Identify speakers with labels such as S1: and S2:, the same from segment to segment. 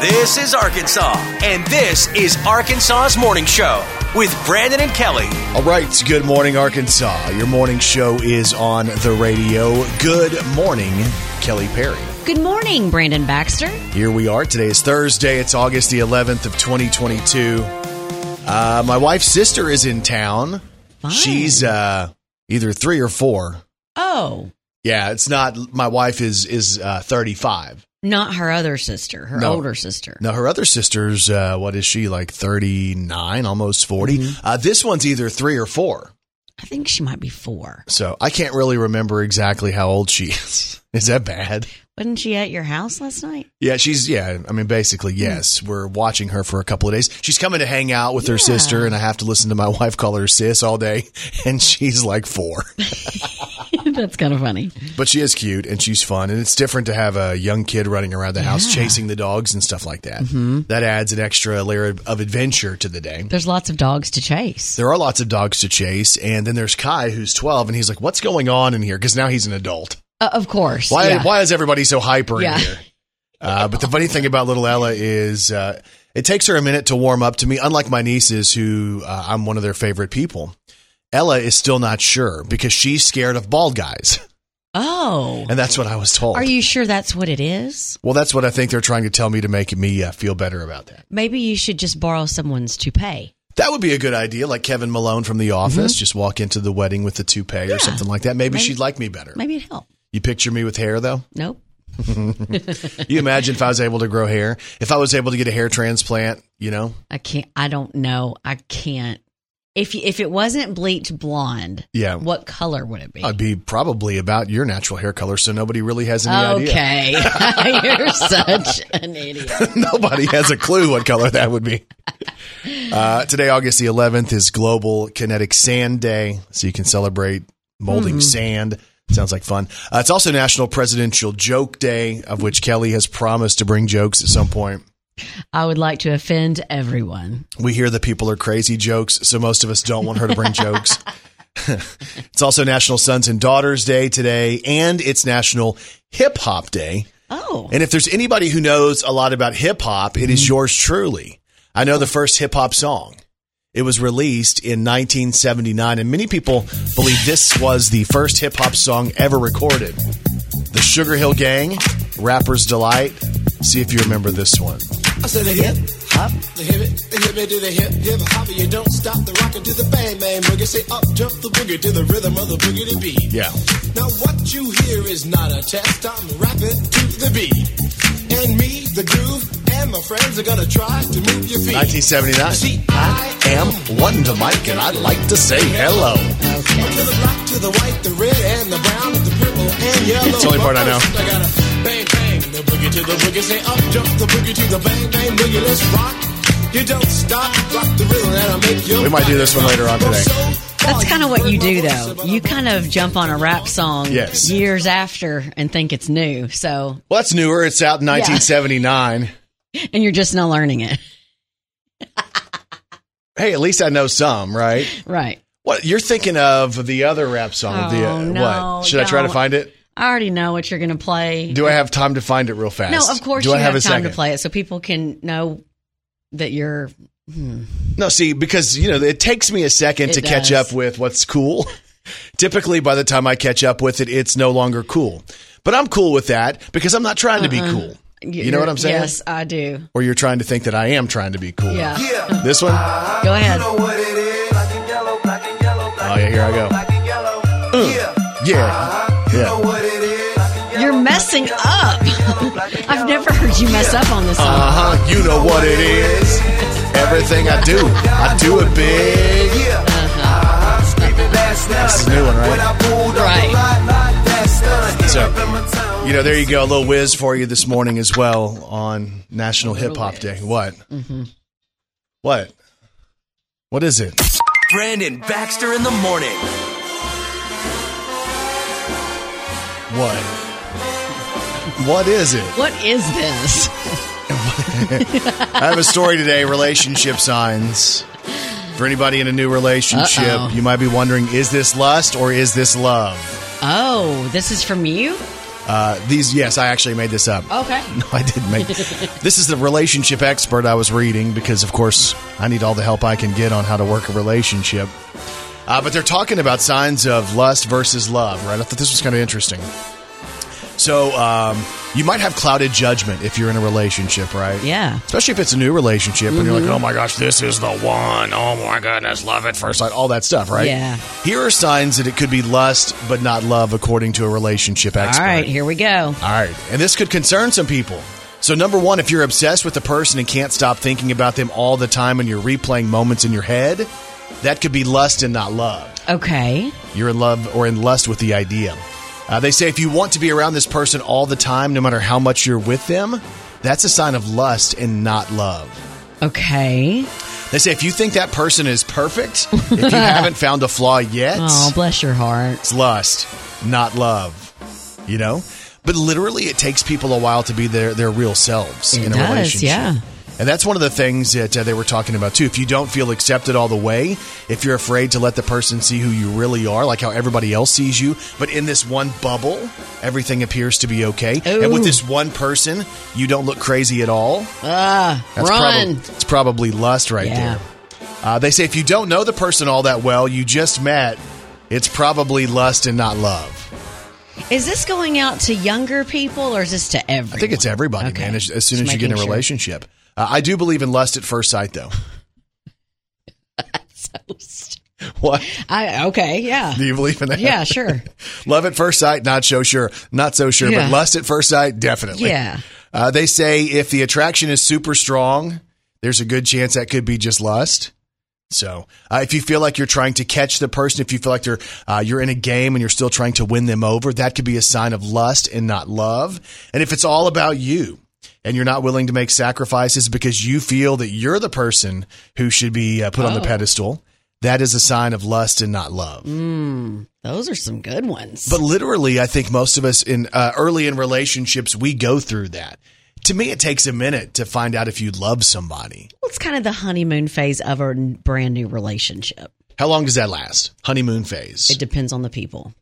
S1: This is Arkansas, and this is Arkansas's Morning Show with Brandon and Kelly.
S2: All right, good morning, Arkansas. Your morning show is on the radio. Good morning, Kelly Perry.
S3: Good morning, Brandon Baxter.
S2: Here we are. Today is Thursday. It's August the 11th of 2022. Uh, my wife's sister is in town.
S3: Fine.
S2: She's uh, either three or four.
S3: Oh,
S2: Yeah, it's not. My wife is is uh, 35.
S3: not her other sister, her
S2: No.
S3: older sister.
S2: Now her other sister's uh, what is she like 39, almost 40. Uh, this one's either three or four.
S3: I think she might be four.
S2: So I can't really remember exactly how old she is. Is that bad?
S3: Wasn't she at your house last night?
S2: Yeah, she's yeah. I mean, basically, yes. We're watching her for a couple of days. She's coming to hang out with her sister, and I have to listen to my wife call her sis all day, and she's like four.
S3: That's kind of funny.
S2: but she is cute and she's fun, and it's different to have a young kid running around the house chasing the dogs and stuff like that. That adds an extra layer of adventure to the day.
S3: There's lots of dogs to chase.
S2: There are lots of dogs to chase, and then there's Kai who's twelve, and he's like, "What's going on in here?" Because now he's an adult.
S3: Uh, of course.
S2: Why
S3: yeah.
S2: why is everybody so hyper
S3: Yeah.
S2: in here? Uh, but the funny thing about little Ella is uh, it takes her a minute to warm up to me. Unlike my nieces, who uh, I'm one of their favorite people, Ella is still not sure because she's scared of bald guys,
S3: Oh,
S2: and that's what I was told.
S3: are you sure that's what it is?
S2: well, that's what I think they're trying to tell me to make me uh, feel better about that.
S3: Maybe you should just borrow someone's toupee.
S2: That would be a good idea, like Kevin Malone from The
S3: Mm-hmm.
S2: Office, just walk into the wedding with the toupee or something like that. Maybe,
S3: Maybe-
S2: she'd like me better.
S3: Maybe it helped.
S2: You picture me with hair though.
S3: Nope.
S2: You imagine if I was able to grow hair, if I was able to get a hair transplant, you know,
S3: I can't. I don't know. I can't. If you, if it wasn't bleached blonde,
S2: Yeah.
S3: what color would it be?
S2: I'd be probably about your natural hair color, so nobody really has any idea.
S3: okay, you're such an idiot.
S2: nobody has a clue what color that would be. Uh, today, August the 11th, is Global Kinetic Sand Day, so you can celebrate molding sand. Sounds like fun. Uh, it's also National Presidential Joke Day, of which Kelly has promised to bring jokes at some point.
S3: I would like to offend everyone.
S2: We hear the people are crazy jokes, so most of us don't want her to bring jokes. it's also National Sons and Daughters Day today, and it's National Hip Hop Day.
S3: Oh,
S2: And if there's anybody who knows a lot about hip hop, it
S3: Mm-hmm.
S2: is yours truly. I know the first hip hop song. It was released in 1979, and many people believe this was the first hip hop song ever recorded. The Sugar Hill Gang, Rapper's Delight. See if you remember this one.
S4: I said the hip hop, the hip it, the hip it to the hip hip hop. You don't stop the rockin' to the bang bang boogie. Say up jump the boogie to the rhythm of the boogie to beat.
S2: Yeah.
S4: Now what you hear is not a test. I'm rapping to the beat, and me, the groove, and my friends are gonna try to move your feet.
S2: 1979.
S4: See, I
S2: Am one to Mike, and I'd like to say hello.
S4: am to the black, to the white, the red, and the brown, the purple, and yellow.
S2: It's the only part I know.
S4: But first I gotta bang bang the boogie to the boogie. Say up jump the boogie to the bang bang boogie. Let's rock. You don't stop, rock the rhythm, and I make your
S2: We might do this one later on today.
S3: that's kind of what you do, though. You kind of jump on a rap song
S2: Yes.
S3: years after and think it's new. So,
S2: Well, that's newer. It's out in 1979.
S3: and you're just now learning it,
S2: Hey, at least I know some, right?
S3: right?
S2: What you're thinking of the other rap song? the uh,
S3: Oh, no,
S2: what? Should I try to
S3: don't.
S2: find it?
S3: I already know what you're going to play.
S2: Do I have time to find it real fast?
S3: no, of course
S2: Do
S3: you
S2: I
S3: have,
S2: have, a
S3: time
S2: second?
S3: to play it so people can know that you're.
S2: No, see, because you know it takes me a second
S3: It
S2: to catch
S3: does.
S2: up with what's cool. Typically, by the time I catch up with it, it's no longer cool. But I'm cool with that because I'm not trying to be cool. You know what I'm saying?
S3: Uh-uh. Yes, I do.
S2: Or you're trying to think that I am trying to be cool.
S3: Yeah.
S4: Yeah.
S2: This one.
S3: Go ahead.
S4: what it is. Black and yellow, black and yellow,
S2: Oh yeah, here I go.
S4: black and yellow. Yeah.
S2: Yeah. Yeah.
S4: what it is.
S3: You're messing up. I've never heard you mess up on this song.
S2: Uh huh. You know what it is. Everything I do, I do it big. Uh-huh. That's the new one, right?
S3: right.
S2: So, you know, there you go. A little whiz for you this morning as well on National Hip Hop Day. What?
S3: Mm-hmm.
S2: What? What is it?
S1: Brandon Baxter in the morning.
S2: What? What is it?
S3: What is this?
S2: I have a story today relationship signs. For anybody in a new relationship,
S3: Uh-oh.
S2: you might be wondering is this lust or is this love?
S3: Oh, this is from you?
S2: Uh, these, yes, I actually made this up.
S3: Okay.
S2: No, I didn't make. this is the relationship expert I was reading because, of course, I need all the help I can get on how to work a relationship. Uh, but they're talking about signs of lust versus love, right? I thought this was kind of interesting. So um, you might have clouded judgment if you're in a relationship, right?
S3: Yeah. Mm-hmm.
S2: Especially if it's a new relationship and you're like, oh my gosh, this is the one. Oh my goodness, love at first sight, all that stuff, right?
S3: Yeah.
S2: Here are signs that it could be lust but not love, according to a relationship
S3: All
S2: expert.
S3: right, here we go.
S2: All right. And this could concern some people. So, number one, if you're obsessed with a person and can't stop thinking about them all the time and you're replaying moments in your head, that could be lust and not love.
S3: Okay.
S2: You're in love or in lust with the idea. Uh, they say if you want to be around this person all the time, no matter how much you're with them, that's a sign of lust and not love.
S3: Okay.
S2: They say if you think that person is perfect, if you haven't found a flaw yet,
S3: Oh, bless your heart.
S2: it's lust, not love. You know? But literally it takes people a while to be their their real selves
S3: It
S2: in a
S3: does,
S2: relationship.
S3: yeah.
S2: And that's one of the things that uh, they were talking about too. If you don't feel accepted all the way, if you're afraid to let the person see who you really are, like how everybody else sees you, but in this one bubble, everything appears to be okay. And with
S3: Ooh.
S2: this one person, you don't look crazy at all.
S3: Ah,
S2: That's
S3: run.
S2: Probably, it's probably lust right
S3: Yeah.
S2: there. Uh, they say if you don't know the person all that well, you just met, it's probably lust and not love.
S3: Is this going out to younger people or is this to everyone?
S2: I think it's everybody,
S3: Okay.
S2: man. As, as soon
S3: Just
S2: as you get in a
S3: making sure.
S2: relationship, uh, I do believe in lust at first sight, though. what
S3: I, okay, yeah.
S2: do you believe in that?
S3: Yeah, sure.
S2: Love at first sight, not so sure, not so sure,
S3: Yeah.
S2: but lust at first sight, definitely.
S3: Yeah.
S2: Uh, they say if the attraction is super strong, there's a good chance that could be just lust. So, uh, if you feel like you're trying to catch the person, if you feel like you're uh, you're in a game and you're still trying to win them over, that could be a sign of lust and not love. And if it's all about you and you're not willing to make sacrifices because you feel that you're the person who should be uh, put on the
S3: Oh.
S2: pedestal, that is a sign of lust and not love.
S3: Those are some good ones.
S2: But literally, I think most of us in uh, early in relationships, we go through that. To me, it takes a minute to find out if you love somebody.
S3: What's kind of the honeymoon phase of a n- brand new relationship?
S2: How long does that last? Honeymoon phase.
S3: It depends on the people.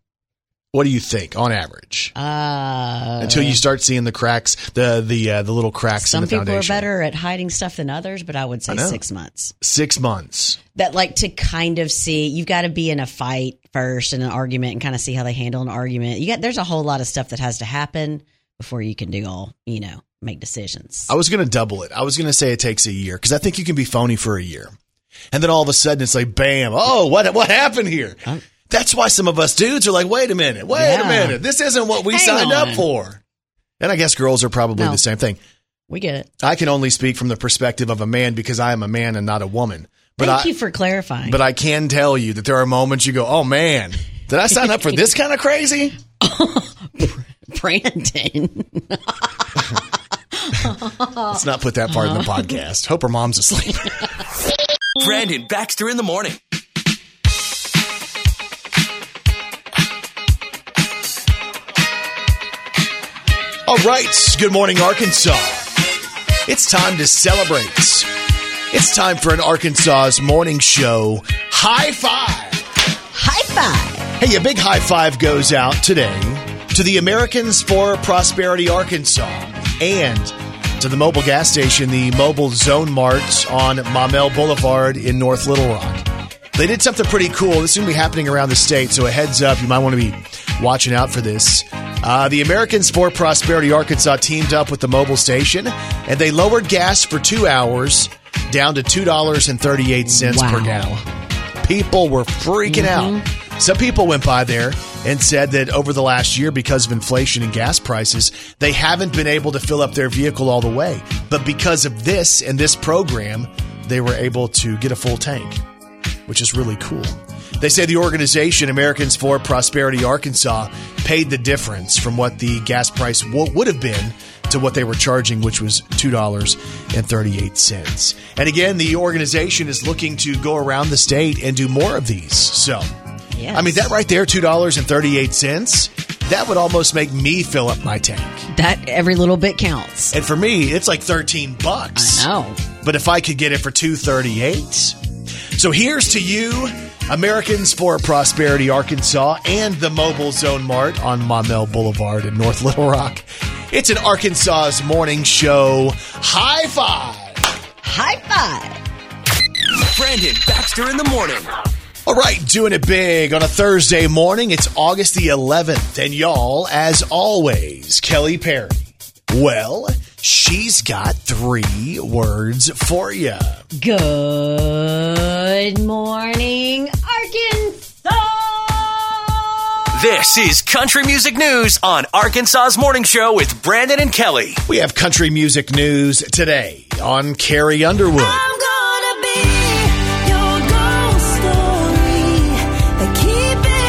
S2: what do you think on average?
S3: Uh,
S2: Until you start seeing the cracks, the the uh, the little cracks in
S3: some
S2: the
S3: people are
S2: foundation.
S3: better at hiding stuff than others, but I would say
S2: know.
S3: six months.
S2: Six months.
S3: That like to kind of see you've got to be in a fight first and an argument and kind of see how they handle an argument. You got there's a whole lot of stuff that has to happen before you can do all you know make decisions.
S2: I was going to double it. I was going to say it takes a year because I think you can be phony for a year, and then all of a sudden it's like, bam! Oh, what what happened here? That's why some of us dudes are like, wait a minute, wait a
S3: Yeah.
S2: minute, this isn't what we
S3: Hang
S2: signed up
S3: on.
S2: for. And I guess girls are probably
S3: No.
S2: the same thing.
S3: we get it.
S2: I can only speak from the perspective of a man because I am a man and not a woman. But
S3: Thank
S2: I,
S3: you for clarifying.
S2: but I can tell you that there are moments you go, oh man, did I sign up for this kind of crazy?
S3: Brandon, Uh,
S2: Let's not put that part in the
S3: uh-huh.
S2: podcast. Hope her mom's asleep.
S1: Brandon Baxter in the morning.
S2: All right. Good morning, Arkansas. It's time to celebrate. It's time for an Arkansas's morning show high five.
S3: high five.
S2: Hey, a big high five goes out today to the Americans for Prosperity Arkansas and to the mobile gas station, the Mobile Zone Mart on Maumelle Boulevard in North Little Rock. They did something pretty cool. This is going to be happening around the state, so a heads up, you might want to be watching out for this. Uh, the Americans for Prosperity Arkansas teamed up with the mobile station, and they lowered gas for two hours down to $2.38 per
S3: Wow.
S2: gallon people were freaking out. Some people went by there and said that over the last year, because of inflation and gas prices, they haven't been able to fill up their vehicle all the way. But because of this and this program, they were able to get a full tank, which is really cool. They say the organization, Americans for Prosperity Arkansas, paid the difference from what the gas price w- would have been to what they were charging, which was $2.38. And again, the organization is looking to go around the state and do more of these. So,
S3: Yes.
S2: I mean, that right there, $2.38, that would almost make me fill up my tank.
S3: That every little bit counts.
S2: And for me, it's like 13 bucks
S3: I know.
S2: but if I could get it for 238. So here's to you American Sport Prosperity Arkansas and the Mobile Zone Mart on Maumelle Boulevard in North Little Rock. It's an Arkansas's morning show. High five!
S3: High five.
S1: Brandon Baxter in the morning.
S2: All right, doing it big on a Thursday morning. It's August the 11th, and y'all, as always, Kelly Perry. Well, she's got three words for you.
S3: Good morning, Arkansas.
S1: This is Country Music News on Arkansas's Morning Show with Brandon and Kelly.
S2: We have country music news today on Carrie Underwood.
S5: I'm gonna be your ghost story. They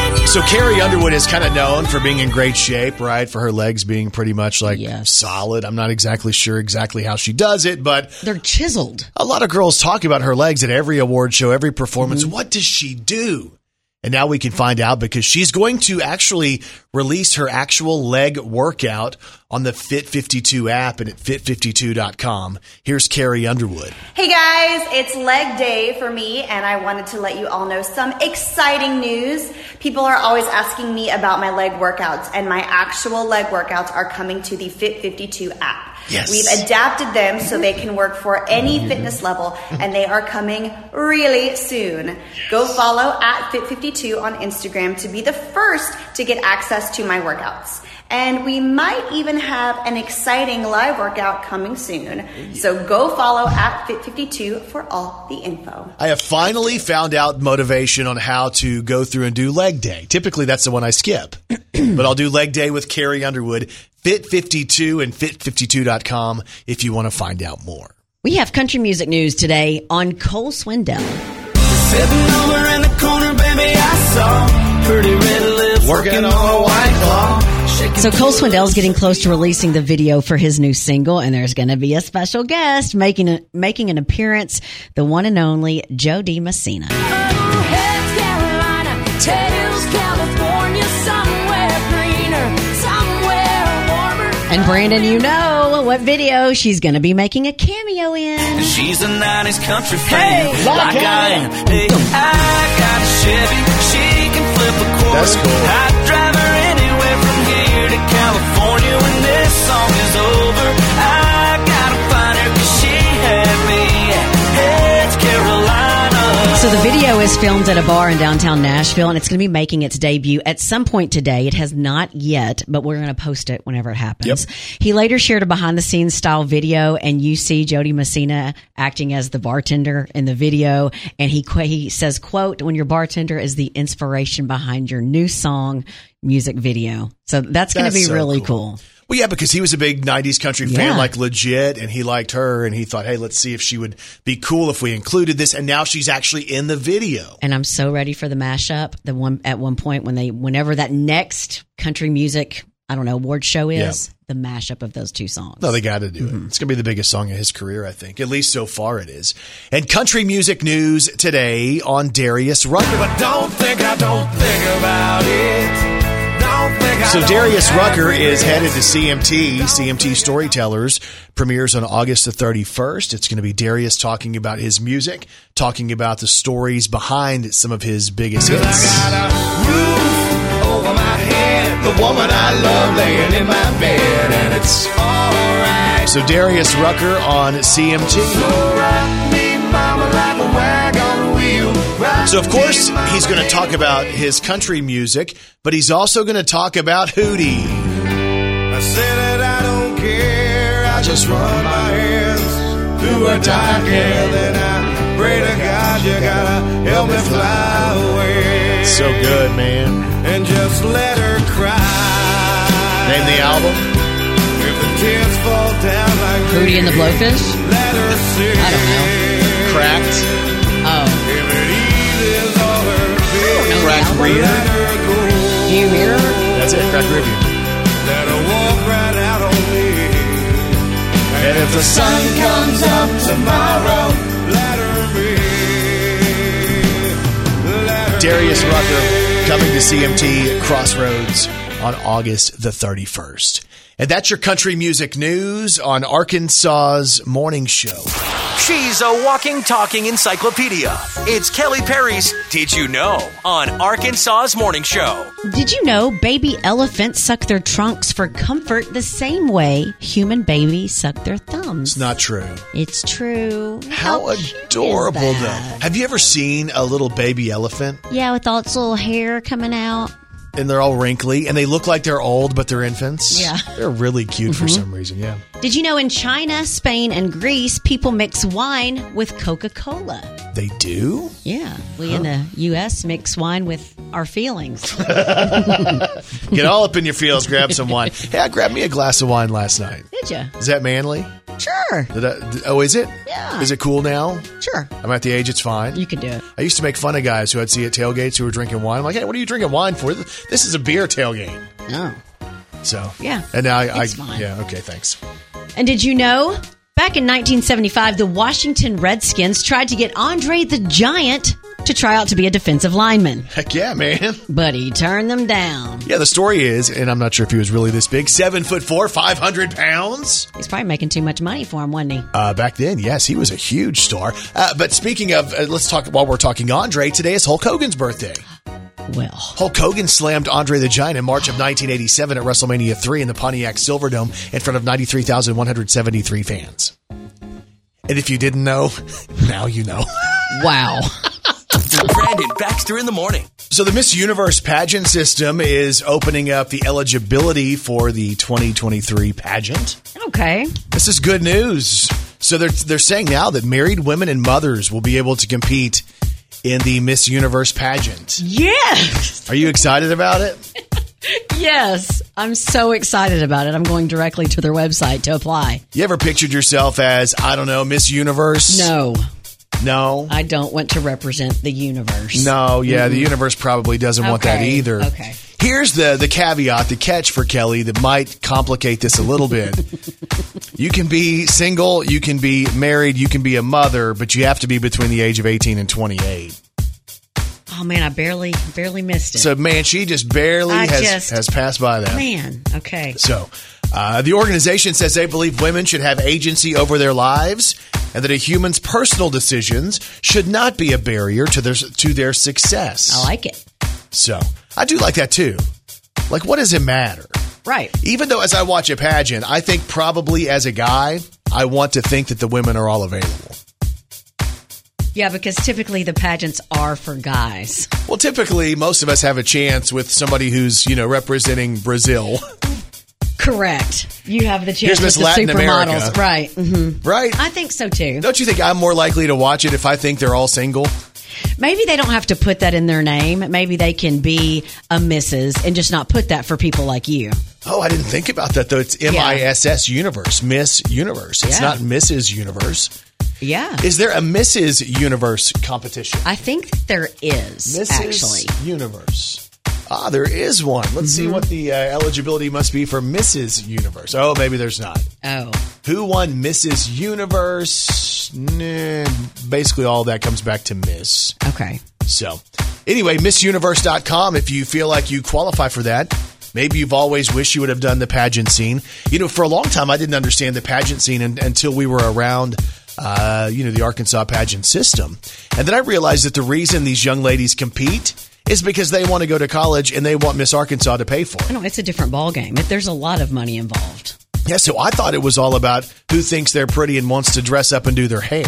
S5: keeping you.
S2: So Carrie Underwood is kind of known for being in great shape, right? For her legs being pretty much like
S3: Yes.
S2: solid. I'm not exactly sure exactly how she does it, but
S3: They're chiseled.
S2: a lot of girls talk about her legs at every award show, every performance. What does she do? And now we can find out because she's going to actually release her actual leg workout on the Fit 52 app and at fit52.com. Here's Carrie Underwood.
S6: Hey guys, it's leg day for me, and I wanted to let you all know some exciting news. People are always asking me about my leg workouts, and my actual leg workouts are coming to the Fit 52 app.
S2: Yes.
S6: We've adapted them so they can work for any fitness level, and they are coming really soon. Go follow at Fit 52 on Instagram to be the first to get access to my workouts. And we might even have an exciting live workout coming soon. So go follow at Fit52 for all the info.
S2: I have finally found out motivation on how to go through and do leg day. Typically, that's the one I skip, but I'll do leg day with Carrie Underwood, Fit52 and Fit52.com if you want to find out more.
S3: We have country music news today on Cole Swindell.
S4: Sitting over in the corner, baby, I saw pretty red lips
S2: Working
S4: working
S2: on
S4: on a white claw. Shaking
S3: So Cole Swindell's getting close to releasing the video for his new single, and there's going to be a special guest making a, making an appearance, the one and only Jody Messina.
S5: Heads Carolina, tails California, somewhere greener, somewhere warmer.
S3: And Brandon, you know what video she's going to be making a cameo in.
S4: She's a 90s country fan.
S3: Hey,
S4: like
S3: like
S4: I
S3: I
S4: am. Hey, I got a Chevy. She can flip a quarter.
S2: That's cool.
S4: I'd drive her anywhere from here to California when this song is over. I gotta find her 'cause she had me. It's Carolina.
S3: So the video is filmed at a bar in downtown Nashville, and it's going to be making its debut at some point today. It has not yet, but we're going to post it whenever it happens. He later shared a behind the scenes style video, and you see Jody Messina acting as the bartender in the video. And he qu- he says, "quote When your bartender is the inspiration behind your new song." Music video. So that's going to
S2: That's
S3: be
S2: so
S3: really
S2: cool.
S3: cool.
S2: Well, yeah, because he was a big '90s country fan,
S3: Yeah.
S2: like legit, and he liked her, and he thought, "Hey, let's see if she would be cool if we included this." And now she's actually in the video.
S3: and I'm so ready for the mashup. The one at one point when they, whenever that next country music, I don't know, award show is the mashup of those two songs.
S2: No, they got to do it. It's going to be the biggest song of his career, I think. At least so far, it is. And country music news today on Darius Rucker.
S4: But don't think I don't think about it. Don't think I
S2: So
S4: don't
S2: Darius
S4: have
S2: Rucker is
S4: regrets.
S2: headed to CMT. CMT Storytellers premieres on August the 31st. It's going to be Darius talking about his music, talking about the stories behind some of his biggest hits.
S4: The woman I love laying in my bed, and it's alright.
S2: So Darius Rucker on CMT. So of course he's going to talk about his country music, but he's also going to talk about Hootie.
S4: I said that I don't care. I just run my hands through a dark hair. Then I pray to God you gotta help me fly away.
S2: So good, man.
S4: And just let her cry.
S2: Name the album.
S4: If the tears fall down like
S3: Hootie and the Blowfish.
S4: Let her sing.
S3: I don't
S4: know.
S2: Cracked.
S3: Oh,
S4: If it eases all her pain,
S2: Cracked
S4: let
S2: reader.
S4: her go.
S3: you hear?
S2: That's it. Cracked review.
S4: Let her walk right out on me.
S2: And if the sun
S4: Sun comes up tomorrow. Let her be. Let her
S2: Darius
S4: be.
S2: Rucker coming to CMT at Crossroads on August the 31st. And that's your country music news on Arkansas's morning show.
S1: She's a walking, talking encyclopedia. It's Kelly Perry's Did You Know on Arkansas's Morning Show.
S3: Did you know baby elephants suck their trunks for comfort the same way human babies suck their thumbs?
S2: It's not true.
S3: It's true.
S2: How
S3: cute is
S2: adorable, though.
S3: that?
S2: Have you ever seen a little baby elephant
S3: Yeah, with all its little hair coming out.
S2: and they're all wrinkly and they look like they're old, but they're infants?
S3: Yeah. Mm-hmm.
S2: They're really cute for some reason. Yeah.
S3: Did you know in China, Spain, and Greece, people mix wine with Coca Cola?
S2: They do?
S3: Yeah, we in the U.S. mix wine with our feelings.
S2: Get all up in your feels, grab some wine. Hey, I grabbed me a glass of wine last night.
S3: Did you?
S2: Is that manly?
S3: Sure,
S2: Did I, d- oh, is it?
S3: Yeah.
S2: Is it cool now?
S3: sure.
S2: I'm at the age it's fine.
S3: You can do it.
S2: I used to make fun of guys who I'd see at tailgates who were drinking wine. I'm like, hey, what are you drinking wine for? This is a beer tailgate.
S3: Oh.
S2: So
S3: Yeah.
S2: and now I,
S3: It's
S2: I
S3: fine.
S2: yeah, okay, thanks.
S3: And did you know? Back in 1975, the Washington Redskins tried to get Andre the Giant to try out to be a defensive lineman,
S2: Heck yeah, man.
S3: but he turned them down.
S2: Yeah, the story is, and I'm not sure if he was really this big, seven foot four, five hundred pounds.
S3: He's probably making too much money for him, wasn't he?
S2: Uh, back then, yes, he was a huge star. Uh, but speaking of, uh, let's talk while we're talking Andre. Today is Hulk Hogan's birthday.
S3: Well,
S2: Hulk Hogan slammed Andre the Giant in March of 1987 at WrestleMania 3 in the Pontiac Silverdome in front of 93,173 fans. And if you didn't know, now you know.
S3: wow.
S1: Brandon Baxter in the morning.
S2: So the Miss Universe pageant system is opening up the eligibility for the 2023 pageant.
S3: Okay.
S2: This is good news. So they're they're saying now that married women and mothers will be able to compete in the Miss Universe pageant.
S3: Yes.
S2: Are you excited about it?
S3: Yes. I'm so excited about it. I'm going directly to their website to apply.
S2: You ever pictured yourself as I don't know Miss Universe?
S3: No,
S2: no,
S3: I don't want to represent the universe.
S2: no. Yeah, the universe probably doesn't want that
S3: Mm-hmm. Okay,
S2: either.
S3: okay.
S2: Here's the the caveat, the catch for Kelly that might complicate this a little bit. you can be single, you can be married, you can be a mother, but you have to be between the age of 18 and 28.
S3: Oh man, I barely barely missed it.
S2: So, man, she just barely
S3: I
S2: has,
S3: just-
S2: has passed by that.
S3: man, okay.
S2: So, uh, the organization says they believe women should have agency over their lives and that a human's personal decisions should not be a barrier to their to their success.
S3: I like it.
S2: so, I do like that too. Like, what does it matter?
S3: Right.
S2: Even though, as I watch a pageant, I think probably as a guy, I want to think that the women are all available.
S3: Yeah, because typically the pageants are for guys.
S2: Well, typically, most of us have a chance with somebody who's you know representing Brazil,
S3: Correct. You have the
S2: Here's
S3: chance
S2: Miss
S3: with the
S2: Latin
S3: supermodels,
S2: America.
S3: right? hmm
S2: right?
S3: I think so too.
S2: Don't you think I'm more likely to watch it if I think they're all single?
S3: Maybe they don't have to put that in their name. Maybe they can be a Mrs. and just not put that for people like you.
S2: Oh, I didn't think about that though. It's M I S S Universe, Miss Universe. It's
S3: Yeah.
S2: not Mrs. Universe.
S3: Yeah,
S2: Is there a Mrs. Universe competition?
S3: I think there is
S2: Mrs.
S3: actually.
S2: Universe. Ah, there is one. Let's see what the uh, eligibility must be for Mrs. Universe. Oh, maybe there's not.
S3: Oh,
S2: Who won Mrs. Universe? Nah, basically, all that comes back to Miss.
S3: okay.
S2: So, anyway, MissUniverse.com. If you feel like you qualify for that, maybe you've always wished you would have done the pageant scene. You know, for a long time, I didn't understand the pageant scene un until we were around. Uh, you know, the Arkansas pageant system. And then I realized that the reason these young ladies compete is because they want to go to college and they want Miss Arkansas to pay for it.
S3: No, it's a different ball game. There's a lot of money involved.
S2: Yeah, so I thought it was all about who thinks they're pretty and wants to dress up and do their hair.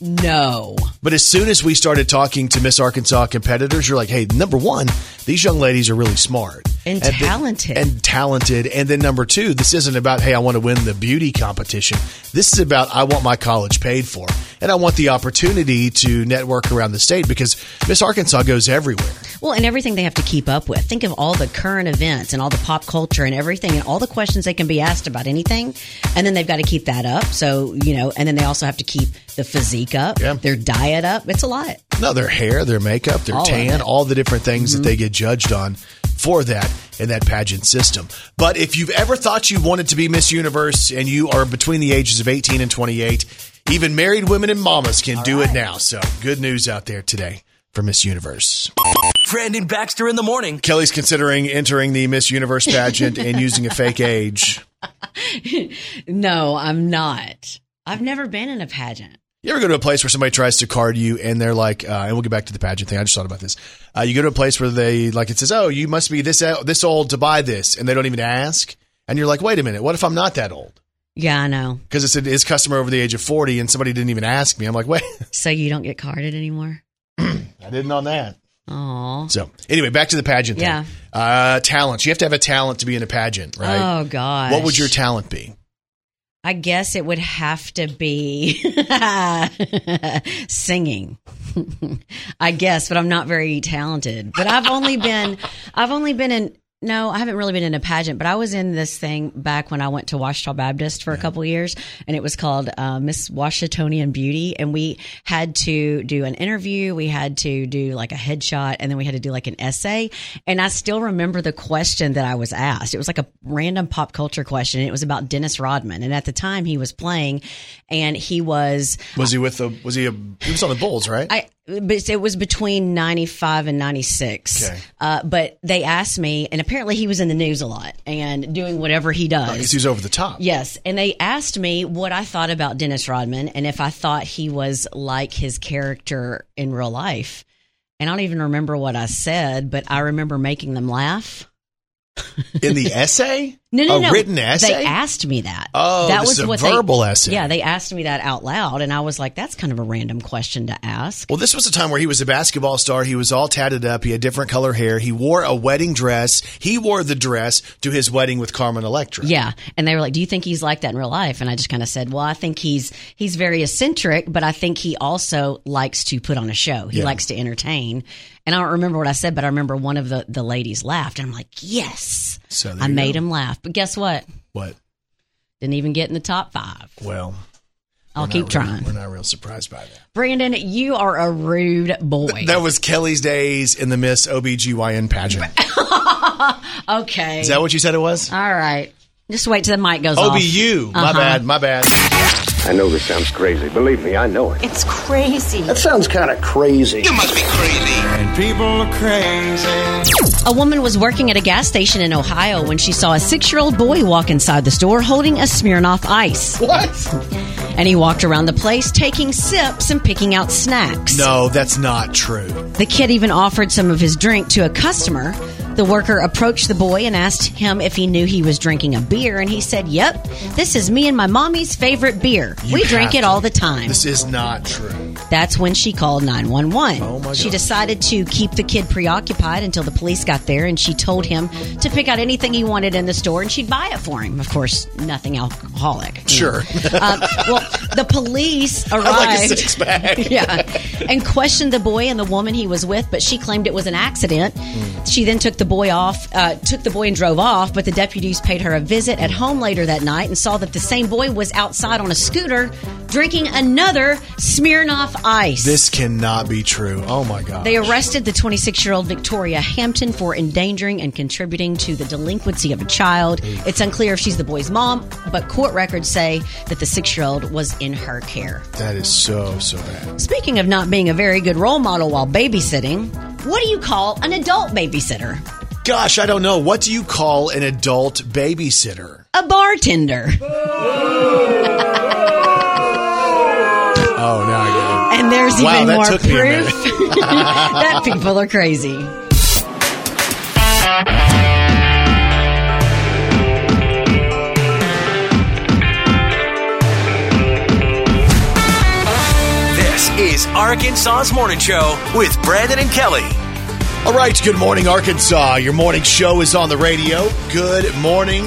S3: No.
S2: But as soon as we started talking to Miss Arkansas competitors, you're like, hey, number one, these young ladies are really smart
S3: And
S2: then-
S3: talented.
S2: and talented. And then number two, this isn't about, hey, I want to win the beauty competition. This is about, I want my college paid for. And I want the opportunity to network around the state because Miss Arkansas goes everywhere.
S3: Well, and everything they have to keep up with. Think of all the current events and all the pop culture and everything and all the questions they can be asked about anything. And then they've got to keep that up. So, you know, and then they also have to keep the physique up,
S2: Yeah.
S3: their diet up. It's a lot.
S2: No, their hair, their makeup, their
S3: All of
S2: tan,
S3: it. Mm-hmm.
S2: all the different things that they get judged on for that in that pageant system. But if you've ever thought you wanted to be Miss Universe and you are between the ages of 18 and 28, even married women and mamas can do it now. So good news out there today for Miss Universe.
S1: Brandon Baxter in the morning.
S2: Kelly's considering entering the Miss Universe pageant and using a fake age.
S3: No, I'm not. I've never been in a pageant.
S2: You ever go to a place where somebody tries to card you and they're like, uh, and we'll get back to the pageant thing. I just thought about this. Uh, you go to a place where they like it says, "Oh, you must be this this old to buy this," and they don't even ask. And you're like, "Wait a minute, what if I'm not that old?"
S3: Yeah, I know.
S2: Because it said is customer over the age of forty, and somebody didn't even ask me. I'm like, "Wait,
S3: So you don't get carded anymore.
S2: I didn't on that."
S3: Aw.
S2: So anyway, back to the pageant.
S3: Yeah.
S2: Thing. Uh, talents. You have to have a talent to be in a pageant, right?
S3: Oh gosh.
S2: what would your talent be?
S3: I guess it would have to be singing. I guess, but I'm not very talented. But I've only been I've only been in no, I haven't really been in a pageant, but I was in this thing back when I went to Washita Baptist for a couple years, and it was called uh, Miss Washingtonian Beauty. And we had to do an interview, we had to do like a headshot, and then we had to do like an essay. And I still remember the question that I was asked. It was like a random pop culture question. and It was about Dennis Rodman, and at the time he was playing, and he was
S2: Was he with the? Was he? A, he was on the Bulls, right?
S3: I but it was between 95 and 96
S2: Okay.
S3: uh, but they asked me and apparently he was in the news a lot and doing whatever he does
S2: Because he was over the top.
S3: yes and they asked me what i thought about dennis rodman and if i thought he was like his character in real life and i don't even remember what i said but i remember making them laugh
S2: In the essay?
S3: no no
S2: a
S3: no
S2: written essay?
S3: they asked me that
S2: Oh,
S3: that
S2: this
S3: was
S2: is a
S3: what
S2: verbal
S3: they,
S2: essay.
S3: yeah they asked me that out loud and i was like that's kind of a random question to ask
S2: Well, this was a time where he was a basketball star. He was all tatted up. He had different color hair. He wore a wedding dress. He wore the dress to his wedding with Carmen Electra.
S3: Yeah. And they were like, Do you think he's like that in real life? And I just kind of said, Well, I think he's he's very eccentric, but I think he also likes to put on a show. He
S2: Yeah.
S3: likes to entertain. And I don't remember what I said, but I remember one of the, the ladies laughed and I'm like, Yes.
S2: So there
S3: I
S2: you
S3: made
S2: go.
S3: him laugh. But guess what?
S2: What?
S3: Didn't even get in the top five.
S2: Well,
S3: I'll
S2: we're
S3: keep
S2: not real-
S3: trying.
S2: We're not real surprised by that.
S3: Brandon, you are a rude boy.
S2: That was Kelly's days in the Miss OBGYN pageant.
S3: okay.
S2: Is that what you said it was?
S3: All right. Just wait till the mic goes off. Uh-huh.
S2: OBU. My bad. My bad.
S7: I know this sounds crazy. Believe me, I know it.
S6: It's crazy.
S7: That sounds kind of crazy.
S4: And people are crazy.
S3: A woman was working at a gas station in Ohio when she saw a six year old boy walk inside the store holding a Smirnoff ice. What? And he walked around the place taking sips and picking out snacks.
S2: No, that's not true.
S3: The kid even offered some of his drink to a customer. The worker approached the boy and asked him if he knew he was drinking a beer, and he said, Yep, this is me and my mommy's favorite beer.
S2: You
S3: we
S2: have
S3: drink it
S2: to-
S3: all the time.
S2: This is not true.
S3: That's when she called 911.
S2: Oh, my
S3: she
S2: gosh.
S3: decided to keep the kid preoccupied until the police got there and she told him to pick out anything he wanted in the store and she'd buy it for him. Of course, nothing alcoholic. you
S2: Sure.
S3: know. um, well, the police arrived.
S2: I like a six pack.
S3: yeah, and questioned the boy and the woman he was with, but she claimed it was an accident. She then took the boy off, uh, took the boy and drove off. But the deputies paid her a visit at home later that night and saw that the same boy was outside on a scooter drinking another Smirnoff Ice.
S2: This cannot be true. Oh my god.
S3: They arrested the 26 year old Victoria Hampton for endangering and contributing to the delinquency of a child. It's unclear if she's the boy's mom, but court records say that the six year old was in her care.
S2: that is so so bad.
S3: Speaking of not being a very good role model while babysitting, what do you call an adult babysitter?
S2: Gosh, I don't know. What do you call an adult babysitter?
S3: A bartender.
S2: Oh, now I
S3: And there's
S2: Wow,
S3: even
S2: that
S3: more
S2: took me a
S3: proof that people are crazy.
S1: This is Arkansas's Morning Show with Brandon and Kelly.
S2: get it. All right, good morning, Arkansas. Your morning show is on the radio. Good morning,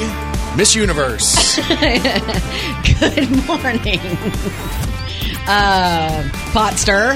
S2: Miss Universe.
S3: Good morning. Uh, pot stir.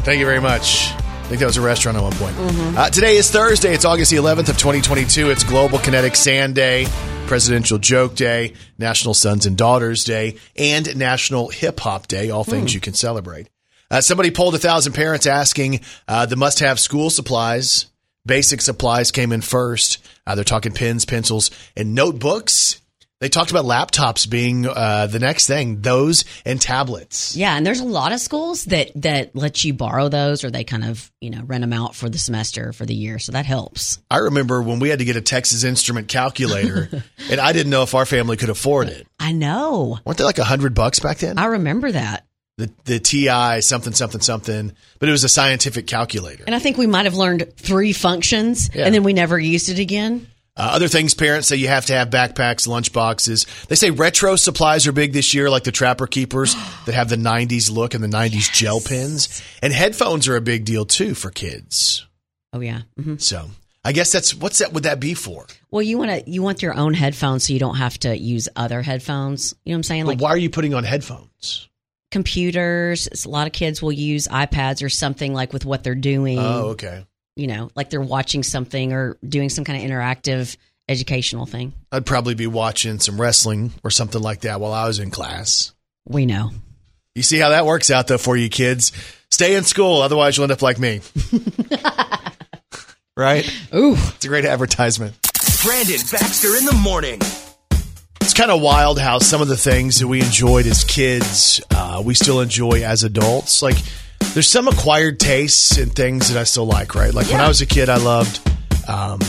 S2: Thank you very much. I think that was a restaurant at one point. Uh, today is Thursday. It's August the 11th of 2022. It's Global Kinetic Sand Day, Presidential Joke Day, National Sons and Daughters Day, and National Hip Hop Day, all things you can celebrate. Uh, somebody polled a 1,000 parents asking uh, the must have school supplies. Basic supplies came in first. Uh, they're talking pens, pencils, and notebooks. They talked about laptops being uh, the next thing, those and tablets.
S3: Yeah, and there's a lot of schools that that let you borrow those, or they kind of you know rent them out for the semester, for the year. So that helps.
S2: I remember when we had to get a Texas Instrument calculator, and I didn't know if our family could afford it.
S3: I know.
S2: Weren't they like a hundred bucks back then?
S3: I remember that,
S2: The the TI something something something, but it was a scientific calculator.
S3: and I think we might have learned three functions,
S2: Yeah.
S3: and then we never used it again.
S2: Uh, other things parents say you have to have backpacks, lunch boxes. They say retro supplies are big this year, like the Trapper Keepers that have the 90s look and the 90s gel pens. And headphones are a big deal too for kids.
S3: Oh yeah. hmm
S2: So I guess that's what's that would that be for?
S3: Well, you want to you want your own headphones, so you don't have to use other headphones. You know what I'm saying? Like
S2: but why are you putting on headphones?
S3: computers. It's a lot of kids will use iPads or something like with what they're doing.
S2: Oh, okay.
S3: You know, like they're watching something or doing some kind of interactive educational thing.
S2: I'd probably be watching some wrestling or something like that while I was in class.
S3: We know.
S2: You see how that works out though for you kids. Stay in school, otherwise you'll end up like me. right?
S3: Ooh.
S2: It's a great advertisement.
S1: Brandon Baxter in the morning.
S2: It's kind of wild how some of the things that we enjoyed as kids, uh, we still enjoy as adults. Like, there's some acquired tastes and things that I still like, right? Like, when I was a kid, I loved um,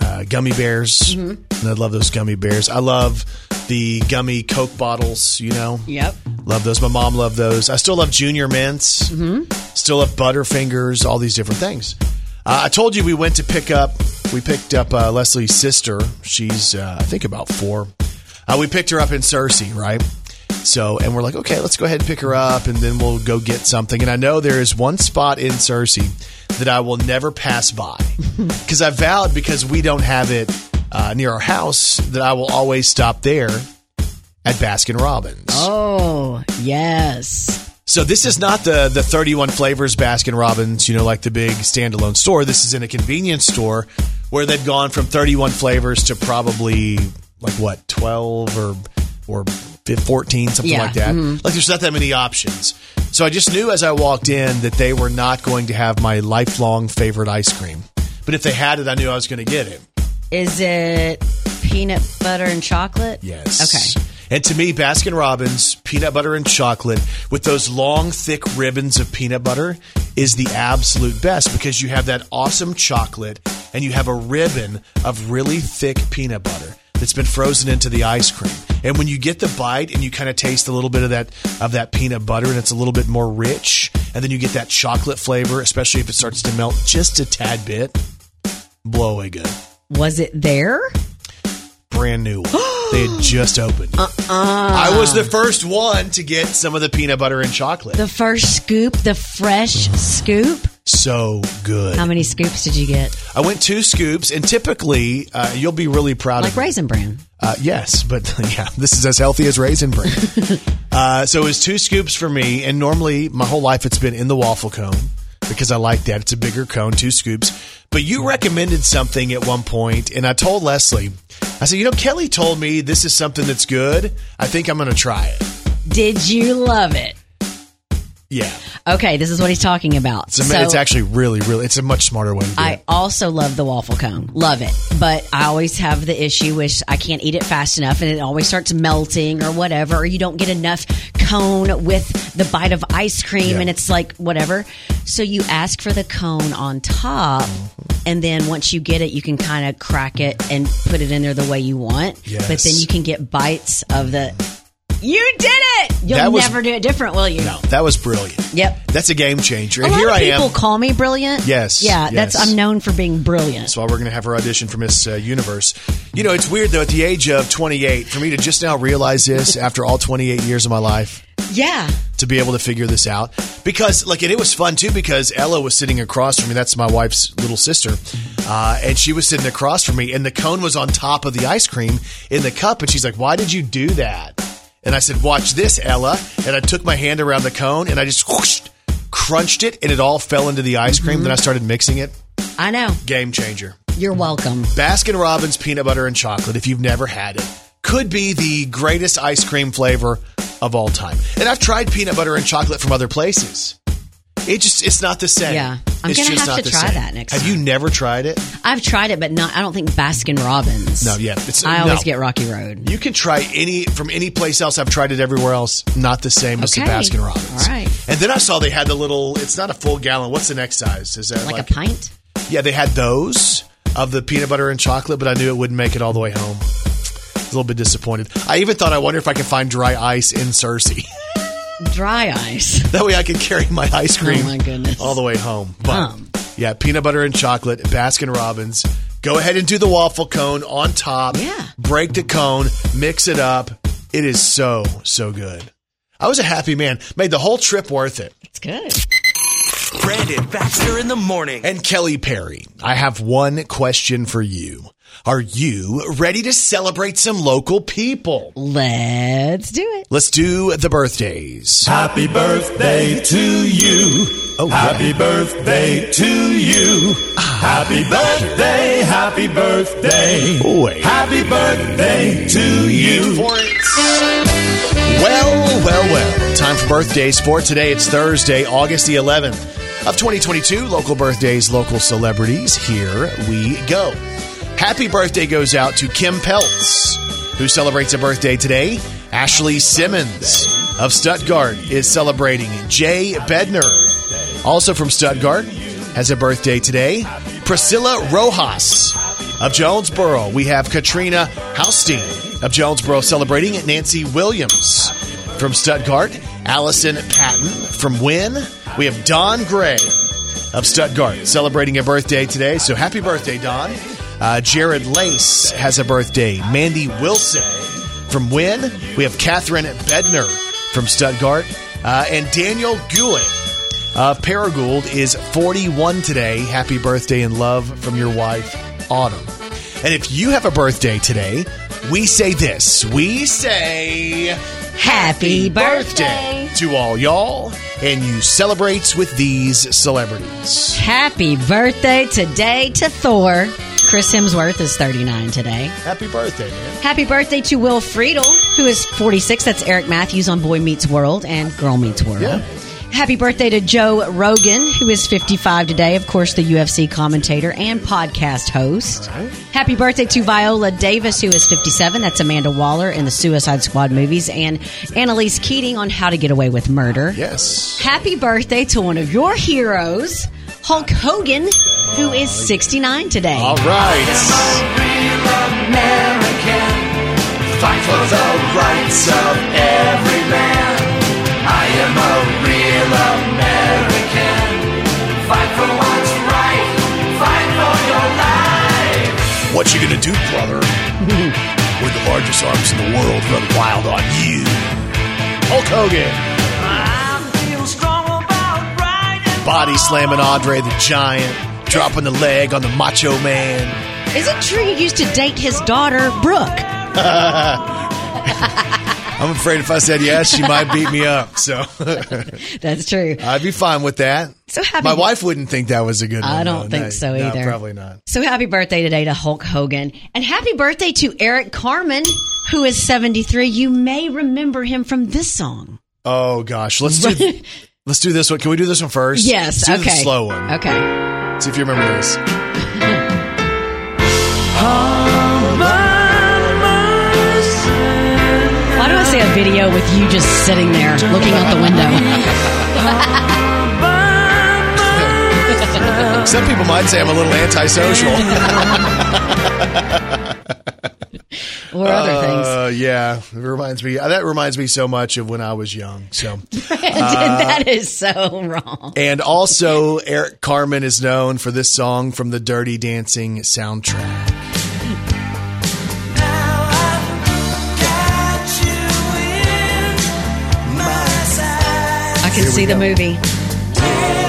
S2: uh, gummy bears. And I love those gummy bears. I love the gummy Coke bottles, you know?
S3: Yep.
S2: Love those. My mom loved those. I still love Junior Mints. Mm-hmm. Still love Butterfingers. All these different things. Uh, I told you we went to pick up. We picked up uh, Leslie's sister. She's uh, I think about four. Uh, we picked her up in Searcy, right? So, and we're like, okay, let's go ahead and pick her up, and then we'll go get something. And I know there is one spot in Searcy that I will never pass by because I vowed because we don't have it uh, near our house that I will always stop there at Baskin Robbins.
S3: Oh, yes.
S2: So this is not the the 31 flavors Baskin Robbins, you know, like the big standalone store. This is in a convenience store where they've gone from 31 flavors to probably like what 12 or or 15, 14 something
S3: Yeah,
S2: like that. Like there's not that many options. So I just knew as I walked in that they were not going to have my lifelong favorite ice cream. But if they had it, I knew I was going to get it.
S3: Is it peanut butter and chocolate?
S2: Yes.
S3: Okay.
S2: And to me, Baskin Robbins peanut butter and chocolate with those long, thick ribbons of peanut butter is the absolute best because you have that awesome chocolate and you have a ribbon of really thick peanut butter that's been frozen into the ice cream. And when you get the bite and you kind of taste a little bit of that of that peanut butter and it's a little bit more rich, and then you get that chocolate flavor, especially if it starts to melt just a tad bit. Blow away good.
S3: Was it there?
S2: Brand new one. they had just opened.
S3: Uh-uh.
S2: I was the first one to get some of the peanut butter and chocolate.
S3: The first scoop, the fresh scoop.
S2: so good.
S3: How many scoops did you get?
S2: I went two scoops, and typically uh, you'll be really proud
S3: Like
S2: of me.
S3: raisin bran.
S2: Uh, yes, but yeah, this is as healthy as raisin bran. uh, so it was two scoops for me, and normally my whole life it's been in the waffle cone because I like that. It's a bigger cone, two scoops. But you recommended something at one point, and I told Leslie, I said, you know, Kelly told me this is something that's good. I think I'm going to try it.
S3: Did you love it?
S2: Yeah.
S3: Okay, this is what he's talking about.
S2: It's, a, it's actually really, really, it's a much smarter way to do
S3: I
S2: it.
S3: also love the waffle cone. Love it. But I always have the issue which I can't eat it fast enough and it always starts melting or whatever, or you don't get enough cone with the bite of ice cream
S2: Yeah.
S3: and it's like whatever. So you ask for the cone on top and then once you get it you can kind of crack it and put it in there the way you want. But
S2: Yes.
S3: then you can get bites of the You did it. You'll
S2: That was-
S3: never do it different, will you?
S2: No, that was brilliant.
S3: Yep.
S2: That's a game changer.
S3: A
S2: and
S3: lot
S2: here
S3: of
S2: I
S3: people
S2: am.
S3: call me brilliant.
S2: Yes,
S3: Yeah, that's
S2: yes.
S3: I'm known for being brilliant.
S2: That's why we're going to have her audition for Miss uh, Universe. You know, it's weird though, at the age of 28, for me to just now realize this after all 28 years of my life,
S3: Yeah.
S2: to be able to figure this out. Because, like, and it was fun too because Ella was sitting across from me. That's my wife's little sister. Uh, and she was sitting across from me, and the cone was on top of the ice cream in the cup. And she's like, Why did you do that? And I said, Watch this, Ella. And I took my hand around the cone and I just whooshed, crunched it, and it all fell into the ice cream. Then I started mixing it.
S3: I know.
S2: Game changer.
S3: You're welcome.
S2: Baskin Robbins peanut butter and chocolate, if you've never had it, could be the greatest ice cream flavor of all time. And I've tried peanut butter and chocolate from other places. It just it's not the same.
S3: Yeah. I'm
S2: It's
S3: gonna
S2: just
S3: have
S2: not
S3: to
S2: the
S3: try
S2: same.
S3: that next
S2: Have you never tried it?
S3: I've tried it, but not. I don't think Baskin Robbins.
S2: No, yeah, it's-
S3: I always
S2: no.
S3: get Rocky Road.
S2: You can try any from any place else. I've tried it everywhere else. Not the same as
S3: Okay.
S2: the Baskin Robbins.
S3: All right.
S2: And then I saw they had the little. It's not a full gallon. What's the next size? Is that
S3: Like, a pint.
S2: Yeah, they had those of the peanut butter and chocolate, but I knew it wouldn't make it all the way home. I was a little bit disappointed. I even thought I wonder if I could find dry ice in Cersei.
S3: Dry ice. Oh
S2: that way I could carry my ice cream
S3: my goodness.
S2: all the way home. But
S3: Yum.
S2: yeah, peanut butter and chocolate, Baskin Robbins. Go ahead and do the waffle cone on top.
S3: Yeah.
S2: Break the cone, mix it up. It is so, so good. I was a happy man. Made the whole trip worth it.
S3: It's good.
S1: Brandon Baxter in the morning.
S2: And Kelly Perry, I have one question for you. Are you ready to celebrate some local people?
S3: Let's do it.
S2: Let's do the birthdays.
S4: Happy birthday to you.
S2: Oh,
S4: Happy birthday to you.
S2: Ah.
S4: Happy birthday, happy birthday.
S2: Oh, wait.
S4: Happy birthday to you.
S2: for it. Well, well, well. Time for birthdays for today. It's Thursday, August the 11th of 2022. Local birthdays, local celebrities. Here we go. Happy birthday goes out to Kim Peltz, who celebrates a birthday today. Ashley Simmons of Stuttgart is celebrating. Jay Bedner, also from Stuttgart, has a birthday today. Priscilla Rojas of Jonesboro, we have Katrina Haustein of Jonesboro celebrating Nancy Williams from Stuttgart, Allison Patton from Wynn. We have Don Gray of Stuttgart celebrating a birthday today. So happy birthday, Don. Uh, Jared Lace has a birthday. Mandy Wilson from Wynn. We have Catherine Bedner from Stuttgart. Uh, and Daniel Gulick uh, Paragould is 41 today. Happy birthday and love from your wife, Autumn. And if you have a birthday today, we say this. We say
S3: Happy birthday.
S2: to all y'all, and you celebrate with these celebrities.
S3: Happy birthday today to Thor. Chris Hemsworth is 39 today.
S2: Happy birthday, man.
S3: Happy birthday to Will Friedle, who is 46. That's Eric Matthews on Boy Meets World and Girl Meets World.
S2: Yeah.
S3: Happy birthday to Joe Rogan, who is 55 today, of course, the UFC commentator and podcast host. Happy birthday to Viola Davis, who is 57. That's Amanda Waller in the Suicide Squad movies, and Annalise Keating on How to Get Away with Murder.
S2: Yes.
S3: Happy birthday to one of your heroes, Hulk Hogan, who is 69 today.
S2: All right.
S4: Fight for the rights of every man. I am a real American. Fight for what's right. Fight for your life.
S2: What you gonna do, brother? With the largest arms in the world run wild on you. Hulk Hogan. Body slamming Andre the Giant. Dropping the leg on the Macho Man.
S3: Is it true he used to date his daughter, Brooke?
S2: I'm afraid if I said yes, she might beat me up. So
S3: That's true.
S2: I'd be fine with that.
S3: So happy-
S2: My wife wouldn't think that was a good one.
S3: I
S2: though.
S3: don't think
S2: No,
S3: so
S2: no,
S3: either.
S2: probably not.
S3: So happy birthday today to Hulk Hogan. And happy birthday to Eric Carmen, who is 73. You may remember him from this song.
S2: Oh gosh. Let's do let's do this one. Can we do this one first?
S3: Yes.
S2: Let's do the
S3: okay.
S2: slow one.
S3: Okay.
S2: See if you remember this.
S3: Why do I see a video with you just sitting there looking out the window? Oh.
S2: Some people might say I'm a little antisocial.
S3: or other things.
S2: Uh, yeah, it reminds me. That reminds me so much of when I was young. So,
S3: that is so wrong.
S2: and also Eric Carmen is known for this song from the Dirty Dancing soundtrack.
S3: I can see the movie.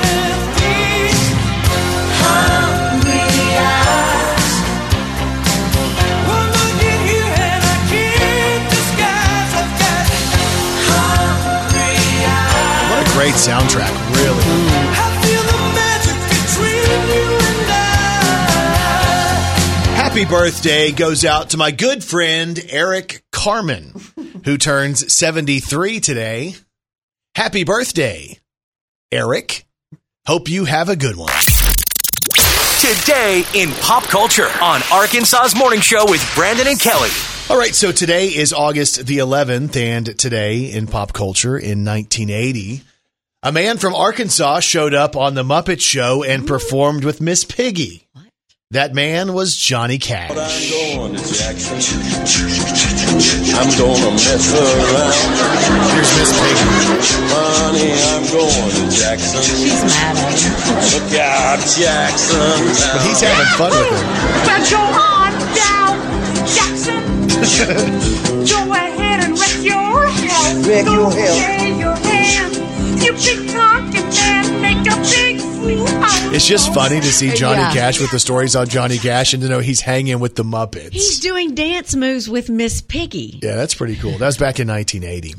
S2: What a great soundtrack, really. Happy birthday goes out to my good friend Eric Carmen, who turns 73 today. Happy birthday, Eric Hope you have a good one.
S1: Today in pop culture on Arkansas's Morning Show with Brandon and Kelly.
S2: All right, so today is August the 11th, and today in pop culture in 1980, a man from Arkansas showed up on The Muppet Show and performed with Miss Piggy. That man was Johnny Cash.
S8: going to Jackson. I'm gonna mess around.
S2: Here's Miss Piggy.
S8: Honey, I'm going to Jackson.
S3: She's mad at him.
S8: Look out, Jackson.
S2: But he's having fun with her.
S9: But go on down, Jackson. go ahead and wreck your house.
S10: Wreck
S9: go
S10: your house.
S9: shave your hand. You big talking man, make a big fool out.
S2: It's just funny to see Johnny
S3: Uh, Yeah.
S2: Cash with the stories on Johnny Cash and to know he's hanging with the Muppets.
S3: He's doing dance moves with Miss Piggy.
S2: Yeah, that's pretty cool. That was back in 1980.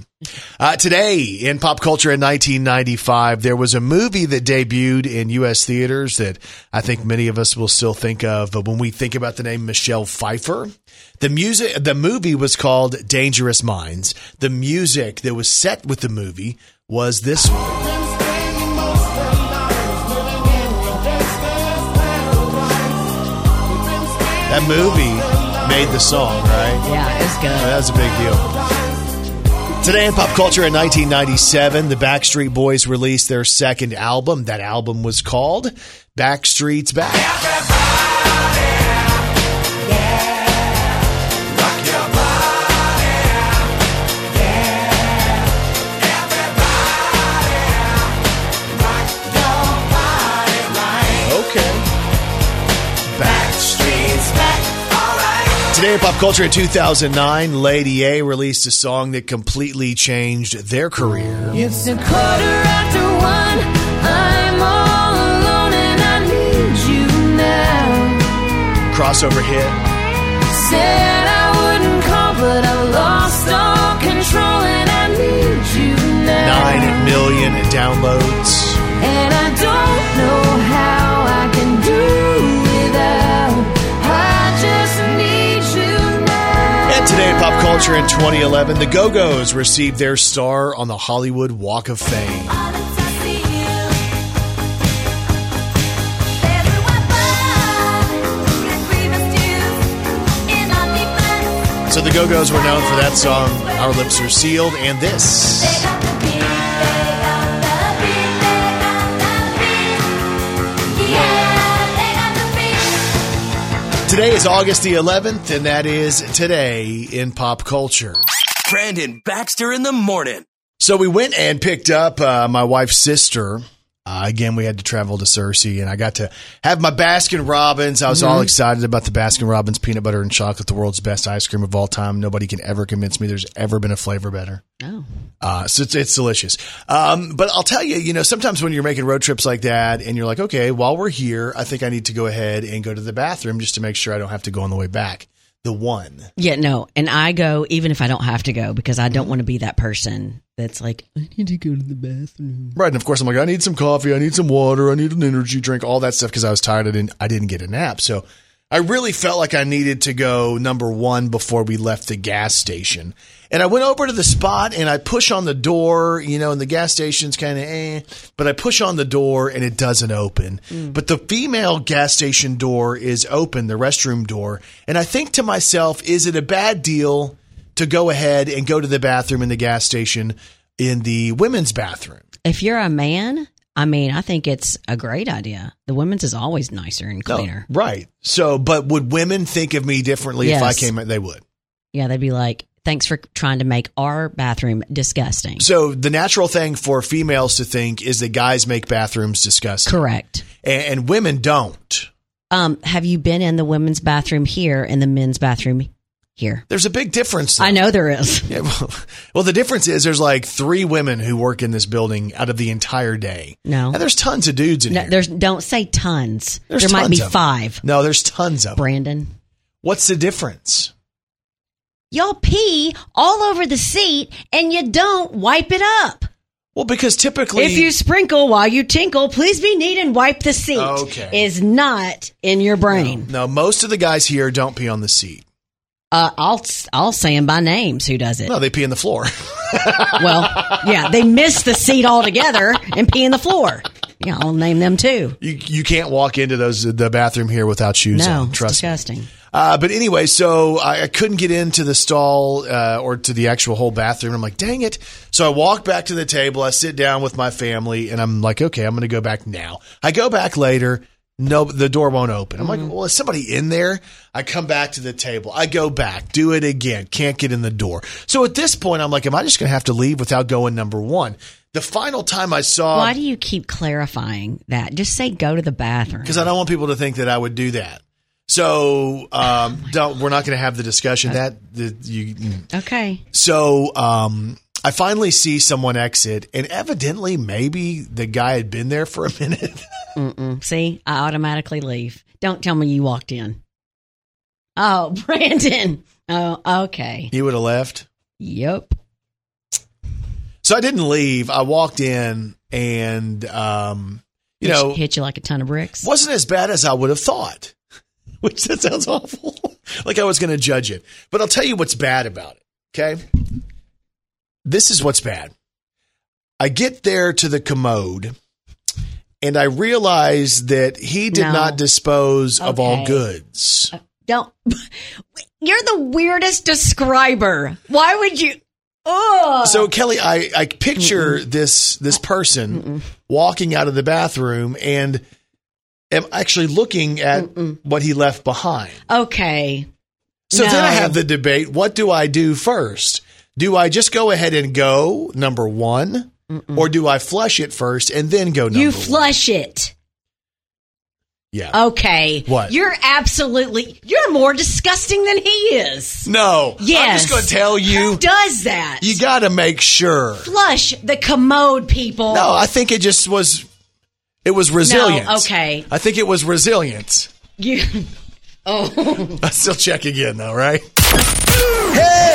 S2: Uh, today, in pop culture in 1995, there was a movie that debuted in U.S. theaters that I think many of us will still think of. But when we think about the name Michelle Pfeiffer, the music, the movie was called Dangerous Minds. The music that was set with the movie was this one. That movie made the song, right?
S3: Yeah, it's good.
S2: That was a big deal. Today in pop culture in 1997, the Backstreet Boys released their second album. That album was called Backstreet's Back. Okay. Backstreet's Back. Today in pop culture in 2009, Lady A released a song that completely changed their career.
S10: It's a quarter after one. I'm all alone and I need you now.
S2: Crossover hit.
S10: Said I wouldn't call, but I lost all control and I need you now.
S2: Nine million downloads.
S10: And I don't know how I can do without. I just need you now.
S2: And today in pop culture in 2011, the Go Go's received their star on the Hollywood Walk of Fame. So the Go Go's were known for that song, Our Lips Are Sealed, and this. Today is August the 11th, and that is today in pop culture.
S1: Brandon Baxter in the morning.
S2: So we went and picked up uh, my wife's sister. Uh, again, we had to travel to Cersei, and I got to have my Baskin Robbins. I was all excited about the Baskin Robbins peanut butter and chocolate, the world's best ice cream of all time. Nobody can ever convince me there's ever been a flavor better.
S3: No.
S2: Uh, so it's, it's delicious. Um, but I'll tell you, you know, sometimes when you're making road trips like that and you're like, okay, while we're here, I think I need to go ahead and go to the bathroom just to make sure I don't have to go on the way back. The one.
S3: Yeah, no. And I go even if I don't have to go because I don't want to be that person that's like, I need to go to the bathroom.
S2: Right. And of course, I'm like, I need some coffee. I need some water. I need an energy drink, all that stuff because I was tired. I didn't, I didn't get a nap. So I really felt like I needed to go number one before we left the gas station. And I went over to the spot and I push on the door, you know, and the gas station's kind of eh, but I push on the door and it doesn't open. But the female gas station door is open, the restroom door. And I think to myself, is it a bad deal to go ahead and go to the bathroom in the gas station in the women's bathroom?
S3: If you're a man, I mean, I think it's a great idea. The women's is always nicer and
S2: No,
S3: cleaner.
S2: right. So, but would women think of me differently if I
S3: Yes.
S2: came? They would.
S3: Yeah, they'd be like, thanks for trying to make our bathroom disgusting.
S2: So, the natural thing for females to think is that guys make bathrooms disgusting,
S3: Correct.
S2: and, and women don't.
S3: Um, have you been in the women's bathroom here and the men's bathroom here?
S2: There's a big difference. though.
S3: I know there is.
S2: Yeah, well, well, the difference is there's like three women who work in this building out of the entire day.
S3: No.
S2: and there's tons of dudes in
S3: No,
S2: here.
S3: there's don't say tons.
S2: There's
S3: there might
S2: tons
S3: be
S2: of them.
S3: five.
S2: No, there's tons of. 'em.
S3: Brandon,
S2: What's the difference?
S3: y'all pee all over the seat and you don't wipe it up.
S2: Well, because typically,
S3: If you sprinkle while you tinkle, please be neat and wipe the seat.
S2: Okay.
S3: Is not in your brain.
S2: no, most of the guys here don't pee on the seat.
S3: Uh, I'll I'll say them by names. Who does it?
S2: No, they pee on the floor.
S3: Well, yeah, they miss the seat altogether and pee in the floor. yeah, I'll name them too.
S2: You you can't walk into those the bathroom here without shoes
S3: No,
S2: on.
S3: it's
S2: Trust me.
S3: disgusting.
S2: Uh, but anyway, so I, I couldn't get into the stall uh, or to the actual whole bathroom. I'm like, dang it. So I walk back to the table. I sit down with my family and I'm like, okay, I'm going to go back now. I go back later. No, the door won't open. I'm
S3: Mm-hmm.
S2: like, well, is somebody in there? I come back to the table. I go back, do it again. Can't get in the door. So at this point, I'm like, am I just going to have to leave without going number one? The final time I saw.
S3: Why do you keep clarifying that? Just say go to the bathroom.
S2: because I don't want people to think that I would do that. So um, don't. We're not going to have the discussion that, that you.
S3: Okay.
S2: So um, I finally see someone exit, and evidently, maybe the guy had been there for a minute.
S3: Mm-mm. See, I automatically leave. Don't tell me you walked in. Oh, Brandon. Oh, okay.
S2: he would have left.
S3: Yep.
S2: So I didn't leave. I walked in, and um, you
S3: Hit-
S2: know,
S3: hit you like a ton of bricks.
S2: wasn't as bad as I would have thought. Which that sounds awful. like I was going to judge it. But I'll tell you what's bad about it. Okay. This is what's bad. I get there to the commode and I realize that he did
S3: No.
S2: not dispose of all
S3: Okay.
S2: goods.
S3: Don't. You're the weirdest describer. Why would you? Oh.
S2: So Kelly, I, I picture this this person walking out of the bathroom and am actually looking at what he left behind.
S3: okay.
S2: So then I
S3: No.
S2: have the debate what do I do first? Do I just go ahead and go number one, or do I flush it first and then go number
S3: You
S2: one?
S3: flush it.
S2: Yeah.
S3: Okay.
S2: What?
S3: You're absolutely. You're more disgusting than he is.
S2: no. I'm
S3: Yes.
S2: just going to tell
S3: Who
S2: you,
S3: does that?
S2: you got to make sure.
S3: flush the commode, people.
S2: No, I think it just was, it was resilient.
S3: okay.
S2: I think it was resilient.
S3: You. Oh.
S2: I still check again though, right?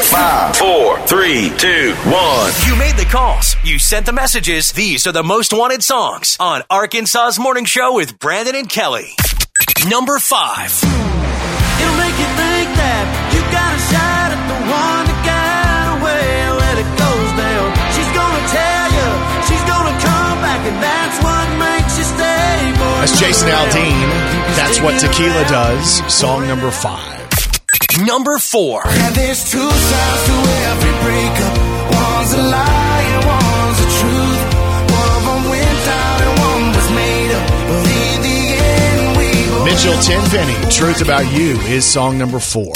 S8: Five, four, three, two, one.
S1: You made the calls. You sent the messages. These are the most wanted songs on Arkansas's Morning Show with Brandon and Kelly. Number five.
S4: It'll make you think that you got a shot at the one that got away. Let it goes down. She's gonna tell you. She's gonna come back, and that's what makes you stay. Boy,
S2: That's Jason
S4: look around.
S2: Aldean. That's what tequila does. Song number five.
S1: Number four.
S4: And there's two sides to every breakup. One's a lie and one's the truth. One of 'em went out and one was made up. But in the end, we both
S2: Mitchell
S4: know
S2: Tenpenny, Truth About You is song number four.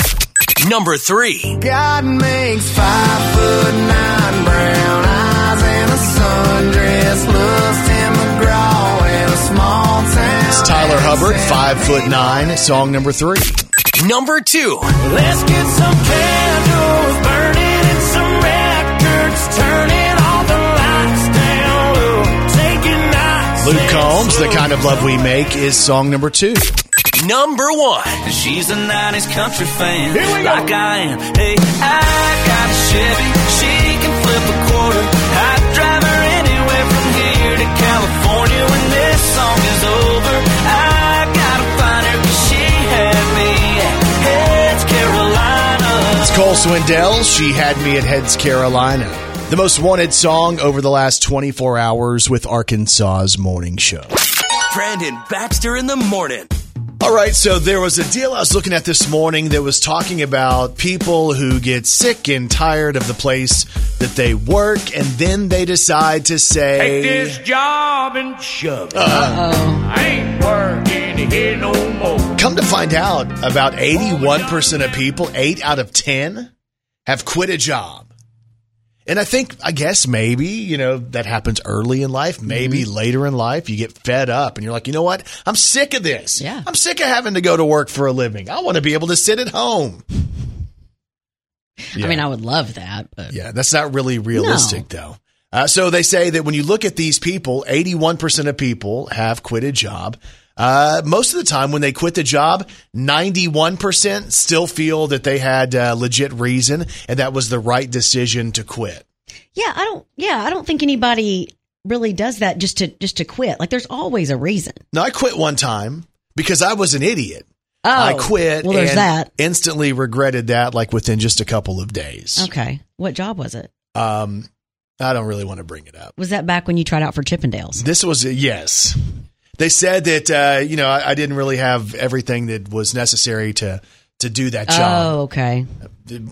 S1: Number three.
S4: God makes five foot nine brown eyes and a sundress. Loves Tim McGraw and a small town.
S2: It's Tyler Hubbard, five foot nine, song number three.
S1: Number two.
S4: Let's get some candles burning and some records turning all the lights down low. Taking nights.
S2: Luke Combs, The Kind of Love We Make is song number two.
S1: Number one.
S4: She's a 90s country fan.
S2: Here we go.
S4: Like I am. Hey, I got a Chevy. She can flip a quarter. I'd drive her anywhere from here to California when this song is over. I gotta find her 'cause she had me at Heads Carolina.
S2: It's Cole Swindell, She Had Me at Heads Carolina. The most wanted song over the last 24 hours with Arkansas's Morning Show.
S1: Brandon Baxter in the morning.
S2: All right, so there was a deal I was looking at this morning that was talking about people who get sick and tired of the place that they work, and then they decide to say,
S11: Take this job and shove it. I ain't working here no more.
S2: Come to find out, about 81% of people, 8 out of 10, have quit a job. And I think, I guess maybe, you know, that happens early in life. Maybe later in life, you get fed up and you're like, you know what? I'm sick of this.
S3: Yeah.
S2: I'm sick of having to go to work for a living. I want to be able to sit at home.
S3: I mean, I would love that, but
S2: Yeah, that's not really realistic, though. Uh, so they say that when you look at these people, 81% of people have quit a job. Uh, most of the time, when they quit the job, 91% still feel that they had uh, legit reason and that was the right decision to quit.
S3: yeah, I don't. Yeah, I don't think anybody really does that just to just to quit. Like, there's always a reason.
S2: Now, I quit one time because I was an idiot.
S3: Oh,
S2: I quit
S3: Well, there's
S2: and
S3: that.
S2: instantly regretted that like within just a couple of days.
S3: Okay, what job was it?
S2: Um, I don't really want to bring it up.
S3: Was that back when you tried out for Chippendales?
S2: This was a yes. They said that uh, you know I, I didn't really have everything that was necessary to to do that job.
S3: Oh, okay.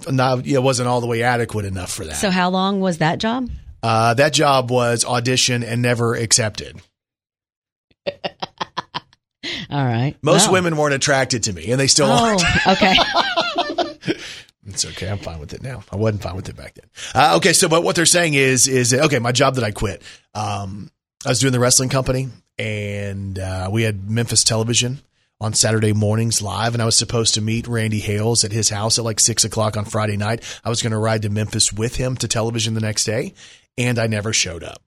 S2: Not, it wasn't all the way adequate enough for that.
S3: So how long was that job?
S2: Uh, that job was audition and never accepted.
S3: All right.
S2: Most
S3: Wow.
S2: women weren't attracted to me, and they still aren't.
S3: Oh, okay.
S2: It's okay. I'm fine with it now. I wasn't fine with it back then. Uh, okay, so but what they're saying is is that, okay, my job that I quit. Um, I was doing the wrestling company, and uh, we had Memphis Television on Saturday mornings live, and I was supposed to meet Randy Hales at his house at like six o'clock on Friday night. I was going to ride to Memphis with him to television the next day, and I never showed up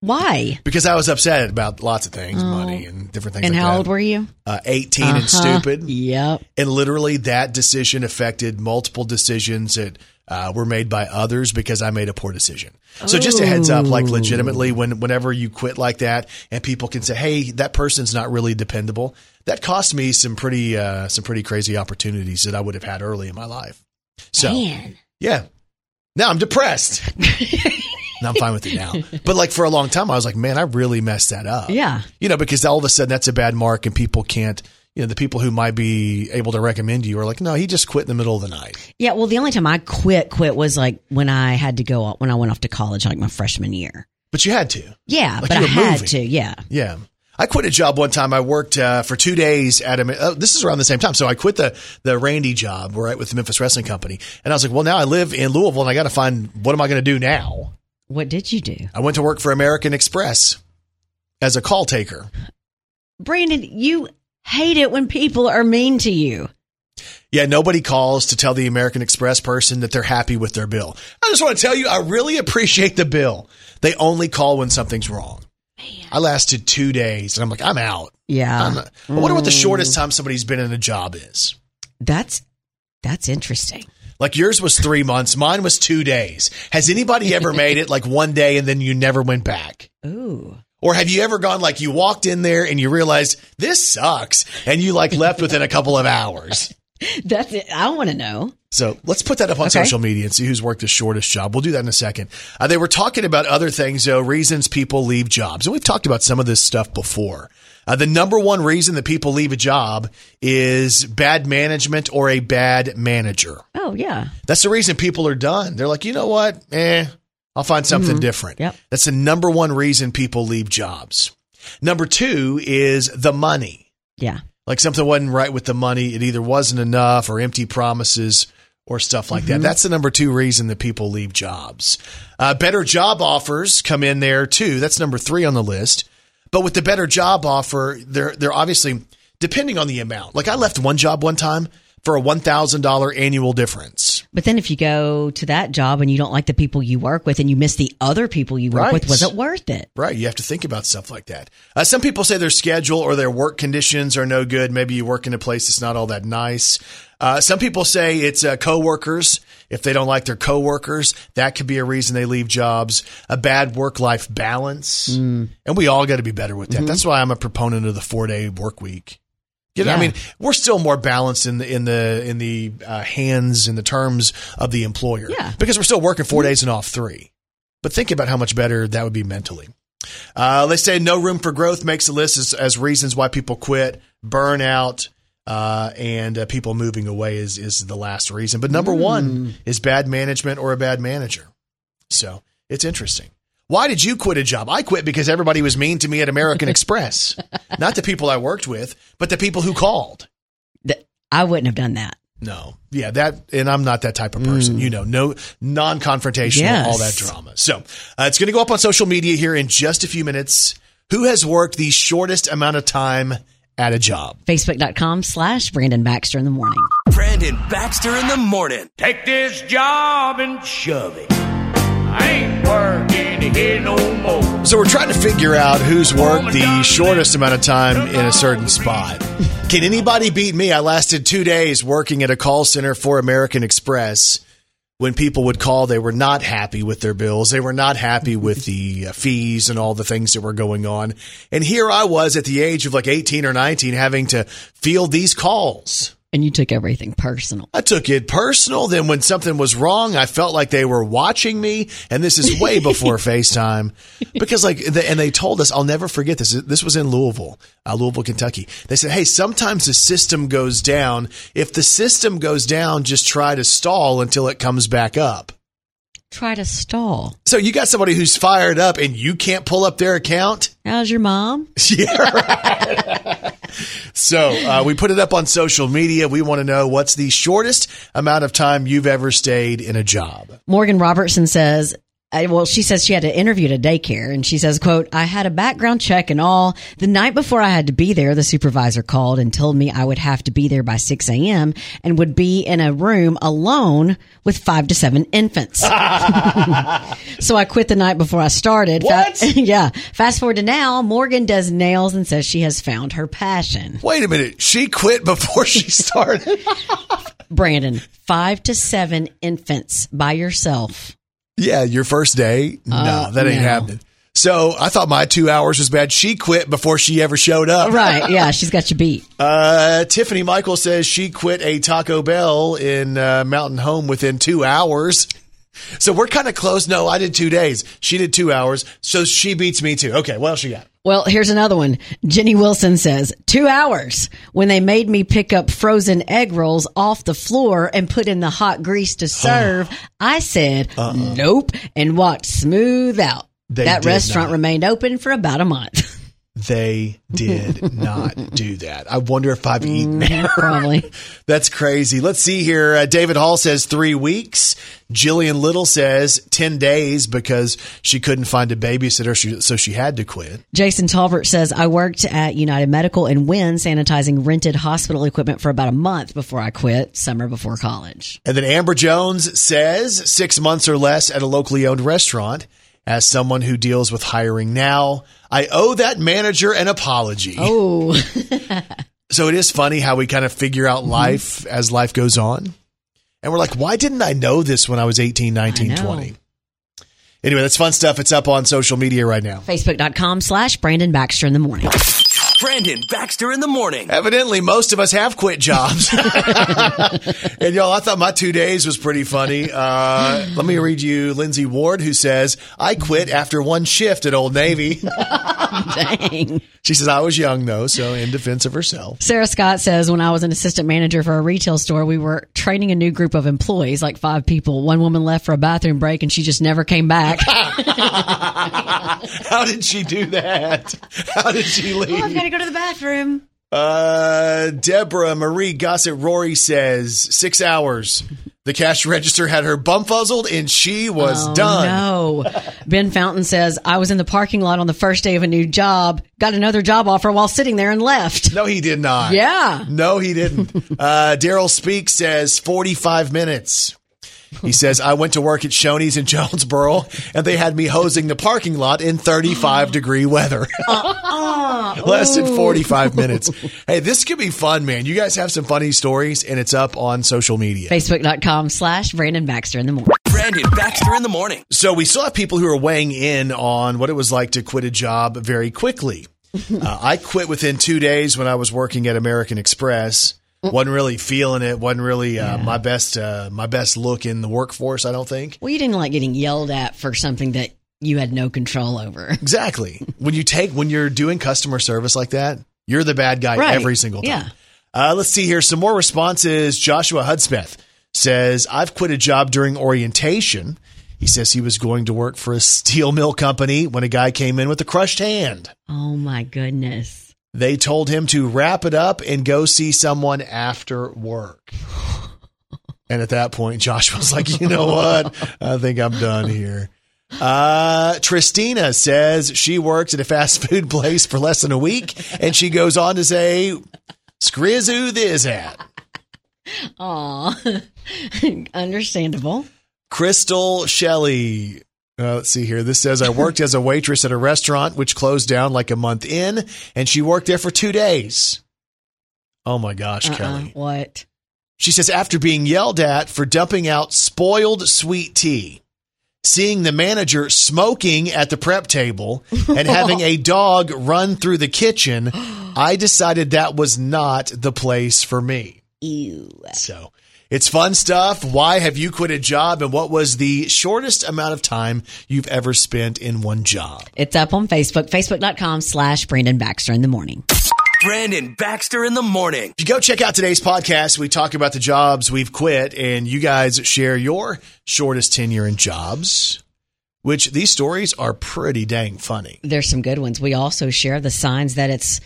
S3: Why?
S2: because I was upset about lots of things,
S3: Oh.
S2: money and different things.
S3: and
S2: like
S3: how
S2: that.
S3: old were you?
S2: uh, 18 and
S3: Uh-huh.
S2: stupid.
S3: Yep.
S2: And literally that decision affected multiple decisions that uh, were made by others because I made a poor decision. So just a heads up, like
S12: Ooh.
S2: legitimately when, whenever you quit like that and people can say, Hey, that person's not really dependable. That cost me some pretty, uh, some pretty crazy opportunities that I would have had early in my life. So
S3: Man.
S2: yeah, now I'm depressed. Now I'm fine with it now. But like for a long time, I was like, man, I really messed that up.
S3: Yeah.
S2: You know, because all of a sudden that's a bad mark and people can't, you know, the people who might be able to recommend you are like, no, he just quit in the middle of the night.
S3: Yeah. Well, the only time I quit quit was like when I had to go when I went off to college, like my freshman year.
S2: But you had to.
S3: Yeah,
S2: Like
S3: but I
S2: you were
S3: had
S2: moving.
S3: to. Yeah.
S2: Yeah. I quit a job one time. I worked uh, for two days at a. Oh, this is around the same time. So I quit the the Randy job, right, with the Memphis Wrestling Company. And I was like, well, now I live in Louisville, and I got to find what am I going to do now?
S3: What did you do,
S2: I went to work for American Express as a call taker.
S3: Brandon? You hate it when people are mean to you.
S2: Yeah, nobody calls to tell the American Express person that they're happy with their bill. I just want to tell you, I really appreciate the bill. They only call when something's wrong. I lasted two days and I'm like, I'm out.
S3: Yeah.
S2: I'm- I wonder what the
S3: Mm.
S2: shortest time somebody's been in a job is.
S3: That's that's interesting.
S2: Like yours was three months, mine was two days. Has anybody ever made it like one day and then you never went back?
S3: Ooh.
S2: Or have you ever gone like you walked in there and you realized this sucks and you like left within a couple of hours?
S3: That's it. I want to know.
S2: So let's put that up on
S3: Okay.
S2: social media and see who's worked the shortest job. We'll do that in a second. Uh, they were talking about other things, though, reasons people leave jobs. And we've talked about some of this stuff before. Uh, the number one reason that people leave a job is bad management or a bad manager.
S3: Oh yeah.
S2: That's the reason people are done. They're like, you know what? Eh, I'll find something
S3: Mhm.
S2: different.
S3: Yep.
S2: That's the number one reason people leave jobs. Number two is the money
S3: Yeah.
S2: like something wasn't right with the money. It either wasn't enough or empty promises or stuff like that. That's the number two reason that people leave jobs. Uh, better job offers come in there too. That's number three on the list. But with the better job offer, they're they're obviously depending on the amount. Like I left one job one time for a one thousand dollar annual difference.
S3: But then if you go to that job and you don't like the people you work with and you miss the other people you work
S2: Right.
S3: with, was it worth it?
S2: Right. You have to think about stuff like that. Uh, some people say their schedule or their work conditions are no good. Maybe you work in a place that's not all that nice. Uh, some people say it's uh, coworkers. If they don't like their coworkers, that could be a reason they leave jobs. A bad work life balance.
S12: Hmm.
S2: And we all got to be better with that.
S12: Mm-hmm.
S2: That's why I'm a proponent of the four day work week. You know, I
S12: Yeah.
S2: mean, we're still more balanced in the in the in the uh, hands and the terms of the employer,
S12: Yeah. Mm-hmm.
S2: because we're still working 4 days and off three. But think about how much better that would be mentally. Uh, they say no room for growth makes a list as, as reasons why people quit, burnout, uh, and uh, people moving away is is the last reason. But number one is bad management or a bad manager. So it's interesting. Why did you quit a job? I quit because everybody was mean to me at American Express. Not the people I worked with, but the people who called.
S3: Th- I wouldn't have done that.
S2: No. Yeah, that and I'm not that type of person. You know, no non-confrontational,
S12: Yes.
S2: all that drama. So, uh, it's going to go up on social media here in just a few minutes. Who has worked the shortest amount of time at a job?
S3: Facebook.com slash Brandon Baxter in the morning.
S1: Brandon Baxter in the morning.
S11: Take this job and shove it. I ain't working here no more.
S2: So we're trying to figure out who's worked the shortest amount of time in a certain spot. Can anybody beat me? I lasted two days working at a call center for American Express. When people would call, they were not happy with their bills. They were not happy with the uh, fees and all the things that were going on. And here I was at the age of like 18 or 19 having to field these calls.
S3: And you took everything personal.
S2: I took it personal. Then when something was wrong, I felt like they were watching me. And this is way before FaceTime because like, the, and they told us, I'll never forget this. This was in Louisville, uh, Louisville, Kentucky. They said, Hey, sometimes the system goes down. If the system goes down, just try to stall until it comes back up.
S3: Try to stall.
S2: So you got somebody who's fired up and you can't pull up their account.
S3: How's your mom?
S2: Yeah. right. so uh, we put it up on social media. We want to know what's the shortest amount of time you've ever stayed in a job.
S3: Morgan Robertson says, I, well, she says she had to interview at a daycare and she says, quote, I had a background check and all. The night before I had to be there, the supervisor called and told me I would have to be there by 6 a.m. and would be in a room alone with five to seven infants. so I quit the night before I started.
S2: What?
S3: Fa- yeah. Fast forward to now, Morgan does nails and says she has found her passion.
S2: Wait a minute. She quit before she started.
S3: Brandon, five to seven infants by yourself.
S2: yeah, your first day. No,
S3: Uh,
S2: that ain't
S3: no.
S2: happening. So I thought my two hours was bad. She quit before she ever showed up.
S3: Right. Yeah. She's got you beat.
S2: Uh, Tiffany Michael says she quit a Taco Bell in uh, Mountain Home within two hours. So we're kind of close. No, I did two days. She did two hours. So she beats me too. Okay, well, she got?
S3: Well, here's another one. Jenny Wilson says, two hours when they made me pick up frozen egg rolls off the floor and put in the hot grease to serve. I said, nope, and walked smooth out.
S2: Uh-uh. They
S3: that
S2: did
S3: restaurant
S2: not.
S3: remained open for about a month.
S2: They did not do that. I wonder if I've eaten there.
S3: Probably.
S2: That's crazy. Let's see here. Uh, David Hall says three weeks. Jillian Little says 10 days because she couldn't find a babysitter, she, so she had to quit.
S3: Jason Talbert says, I worked at United Medical in Wynn sanitizing rented hospital equipment for about a month before I quit, summer before college.
S2: And then Amber Jones says six months or less at a locally owned restaurant. As someone who deals with hiring now, I owe that manager an apology.
S3: Oh.
S2: So it is funny how we kind of figure
S3: Mm-hmm.
S2: out life as life goes on. And we're like, why didn't I know this when I was 18, 19,
S3: I know.
S2: 20? Anyway, that's fun stuff. It's up on social media right now.
S3: Facebook.com slash Brandon Baxter in the morning.
S1: Brandon Baxter in the morning.
S2: Evidently, most of us have quit jobs. and y'all, I thought my two days was pretty funny. Uh, let me read you Lindsay Ward, who says, I quit after one shift at Old Navy.
S3: Dang.
S2: she says, I was young, though, so in defense of herself.
S3: Sarah Scott says, when I was an assistant manager for a retail store, we were training a new group of employees, like five people. One woman left for a bathroom break and she just never came back.
S2: How did she do that? How did she leave?
S3: to go to the bathroom.
S2: Uh, Deborah Marie Gossett Rory says, six hours. The cash register had her bumfuzzled and she was done.
S3: Oh, No. Ben Fountain says, I was in the parking lot on the first day of a new job, got another job offer while sitting there and left.
S2: No, he did not.
S3: Yeah.
S2: No, he didn't. Uh, Daryl Speak says 45 minutes. He says, I went to work at Shoney's in Jonesboro and they had me hosing the parking lot in 35 degree weather. Less than 45 minutes. Hey, this could be fun, man. You guys have some funny stories and it's up on social media.
S3: Facebook.com slash Brandon Baxter in the morning.
S1: Brandon Baxter in the morning.
S2: So we still have people who are weighing in on what it was like to quit a job very quickly. Uh, I quit within two days when I was working at American Express. wasn't really feeling it. wasn't really uh, my best uh, my best look in the workforce. I don't think
S3: Well, you didn't like getting yelled at for something that you had no control over.
S2: exactly when you take when you're doing customer service like that, you're the bad guy
S3: Right.
S2: every single time.
S3: Yeah.
S2: Uh, let's see here. Some more responses. Joshua Hudspeth says, I've quit a job during orientation. He says he was going to work for a steel mill company when a guy came in with a crushed hand.
S3: Oh my goodness.
S2: They told him to wrap it up and go see someone after work. And at that point, Joshua's like, you know what? I think I'm done here. Uh, Tristina says she works at a fast food place for less than a week. And she goes on to say, Scrizzoo this at.
S3: Aw. Understandable.
S2: Crystal Shelley. Uh, let's see here. This says I worked as a waitress at a restaurant which closed down like a month in, and she worked there for two days. Oh my gosh,
S3: Uh-uh.
S2: Kelly.
S3: What?
S2: She says after being yelled at for dumping out spoiled sweet tea, seeing the manager smoking at the prep table, and having a dog run through the kitchen, I decided that was not the place for me.
S3: Ew.
S2: So it's fun stuff. Why have you quit a job and what was the shortest amount of time you've ever spent in one job?
S3: It's up on Facebook, facebook.com slash Brandon Baxter in the morning.
S2: Brandon Baxter in the morning. If you go check out today's podcast, we talk about the jobs we've quit and you guys share your shortest tenure in jobs, which these stories are pretty dang funny.
S3: There's some good ones. We also share the signs that it's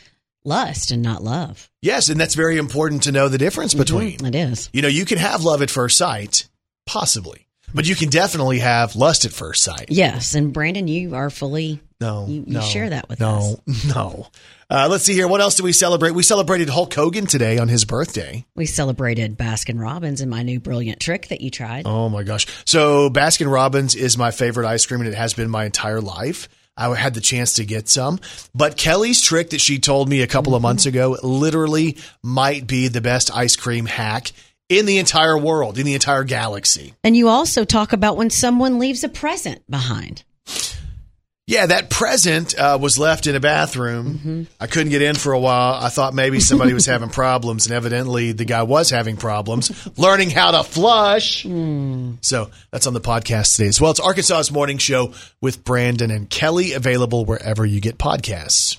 S3: lust and not love.
S2: Yes, and that's very important to know the difference
S3: Mm-hmm.
S2: between.
S3: It is.
S2: You know, you can have love at first sight, possibly, but you can definitely have lust at first sight.
S3: Yes. And Brandon, you are fully,
S2: No,
S3: you, you
S2: no,
S3: share that with us.
S2: no, no. Uh, let's see here. What else do we celebrate? We celebrated Hulk Hogan today on his birthday.
S3: We celebrated Baskin Robbins and my new brilliant trick that you tried.
S2: Oh my gosh! So Baskin Robbins is my favorite ice cream, and it has been my entire life. I had the chance to get some, but Kelly's trick that she told me a couple
S3: Mm-hmm.
S2: of months ago literally might be the best ice cream hack in the entire world, in the entire galaxy.
S3: And you also talk about when someone leaves a present behind.
S2: Yeah, that present uh, was left in a bathroom.
S3: Mm-hmm.
S2: I couldn't get in for a while. I thought maybe somebody was having problems, and evidently the guy was having problems learning how to flush.
S3: Hmm.
S2: So that's on the podcast today as well. It's Arkansas's Morning Show with Brandon and Kelly, available wherever you get podcasts.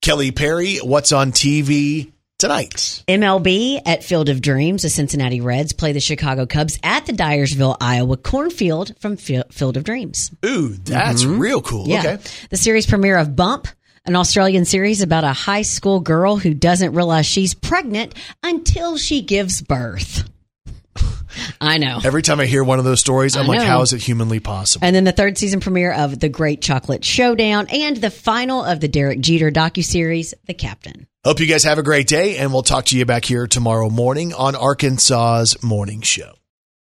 S2: Kelly Perry, what's on TV tonight?
S3: MLB at Field of Dreams, the Cincinnati Reds play the Chicago Cubs at the Dyersville, Iowa cornfield from Fi- Field of Dreams.
S2: Ooh, that's real cool.
S3: Mm-hmm. Yeah.
S2: Okay.
S3: The series premiere of Bump, an Australian series about a high school girl who doesn't realize she's pregnant until she gives birth. I know.
S2: Every time I hear one of those stories, I'm
S3: I
S2: like,
S3: know.
S2: how is it humanly possible?
S3: And then the third season premiere of The Great Chocolate Showdown and the final of the Derek Jeter docuseries, The Captain.
S2: Hope you guys have a great day, and we'll talk to you back here tomorrow morning on Arkansas's Morning Show.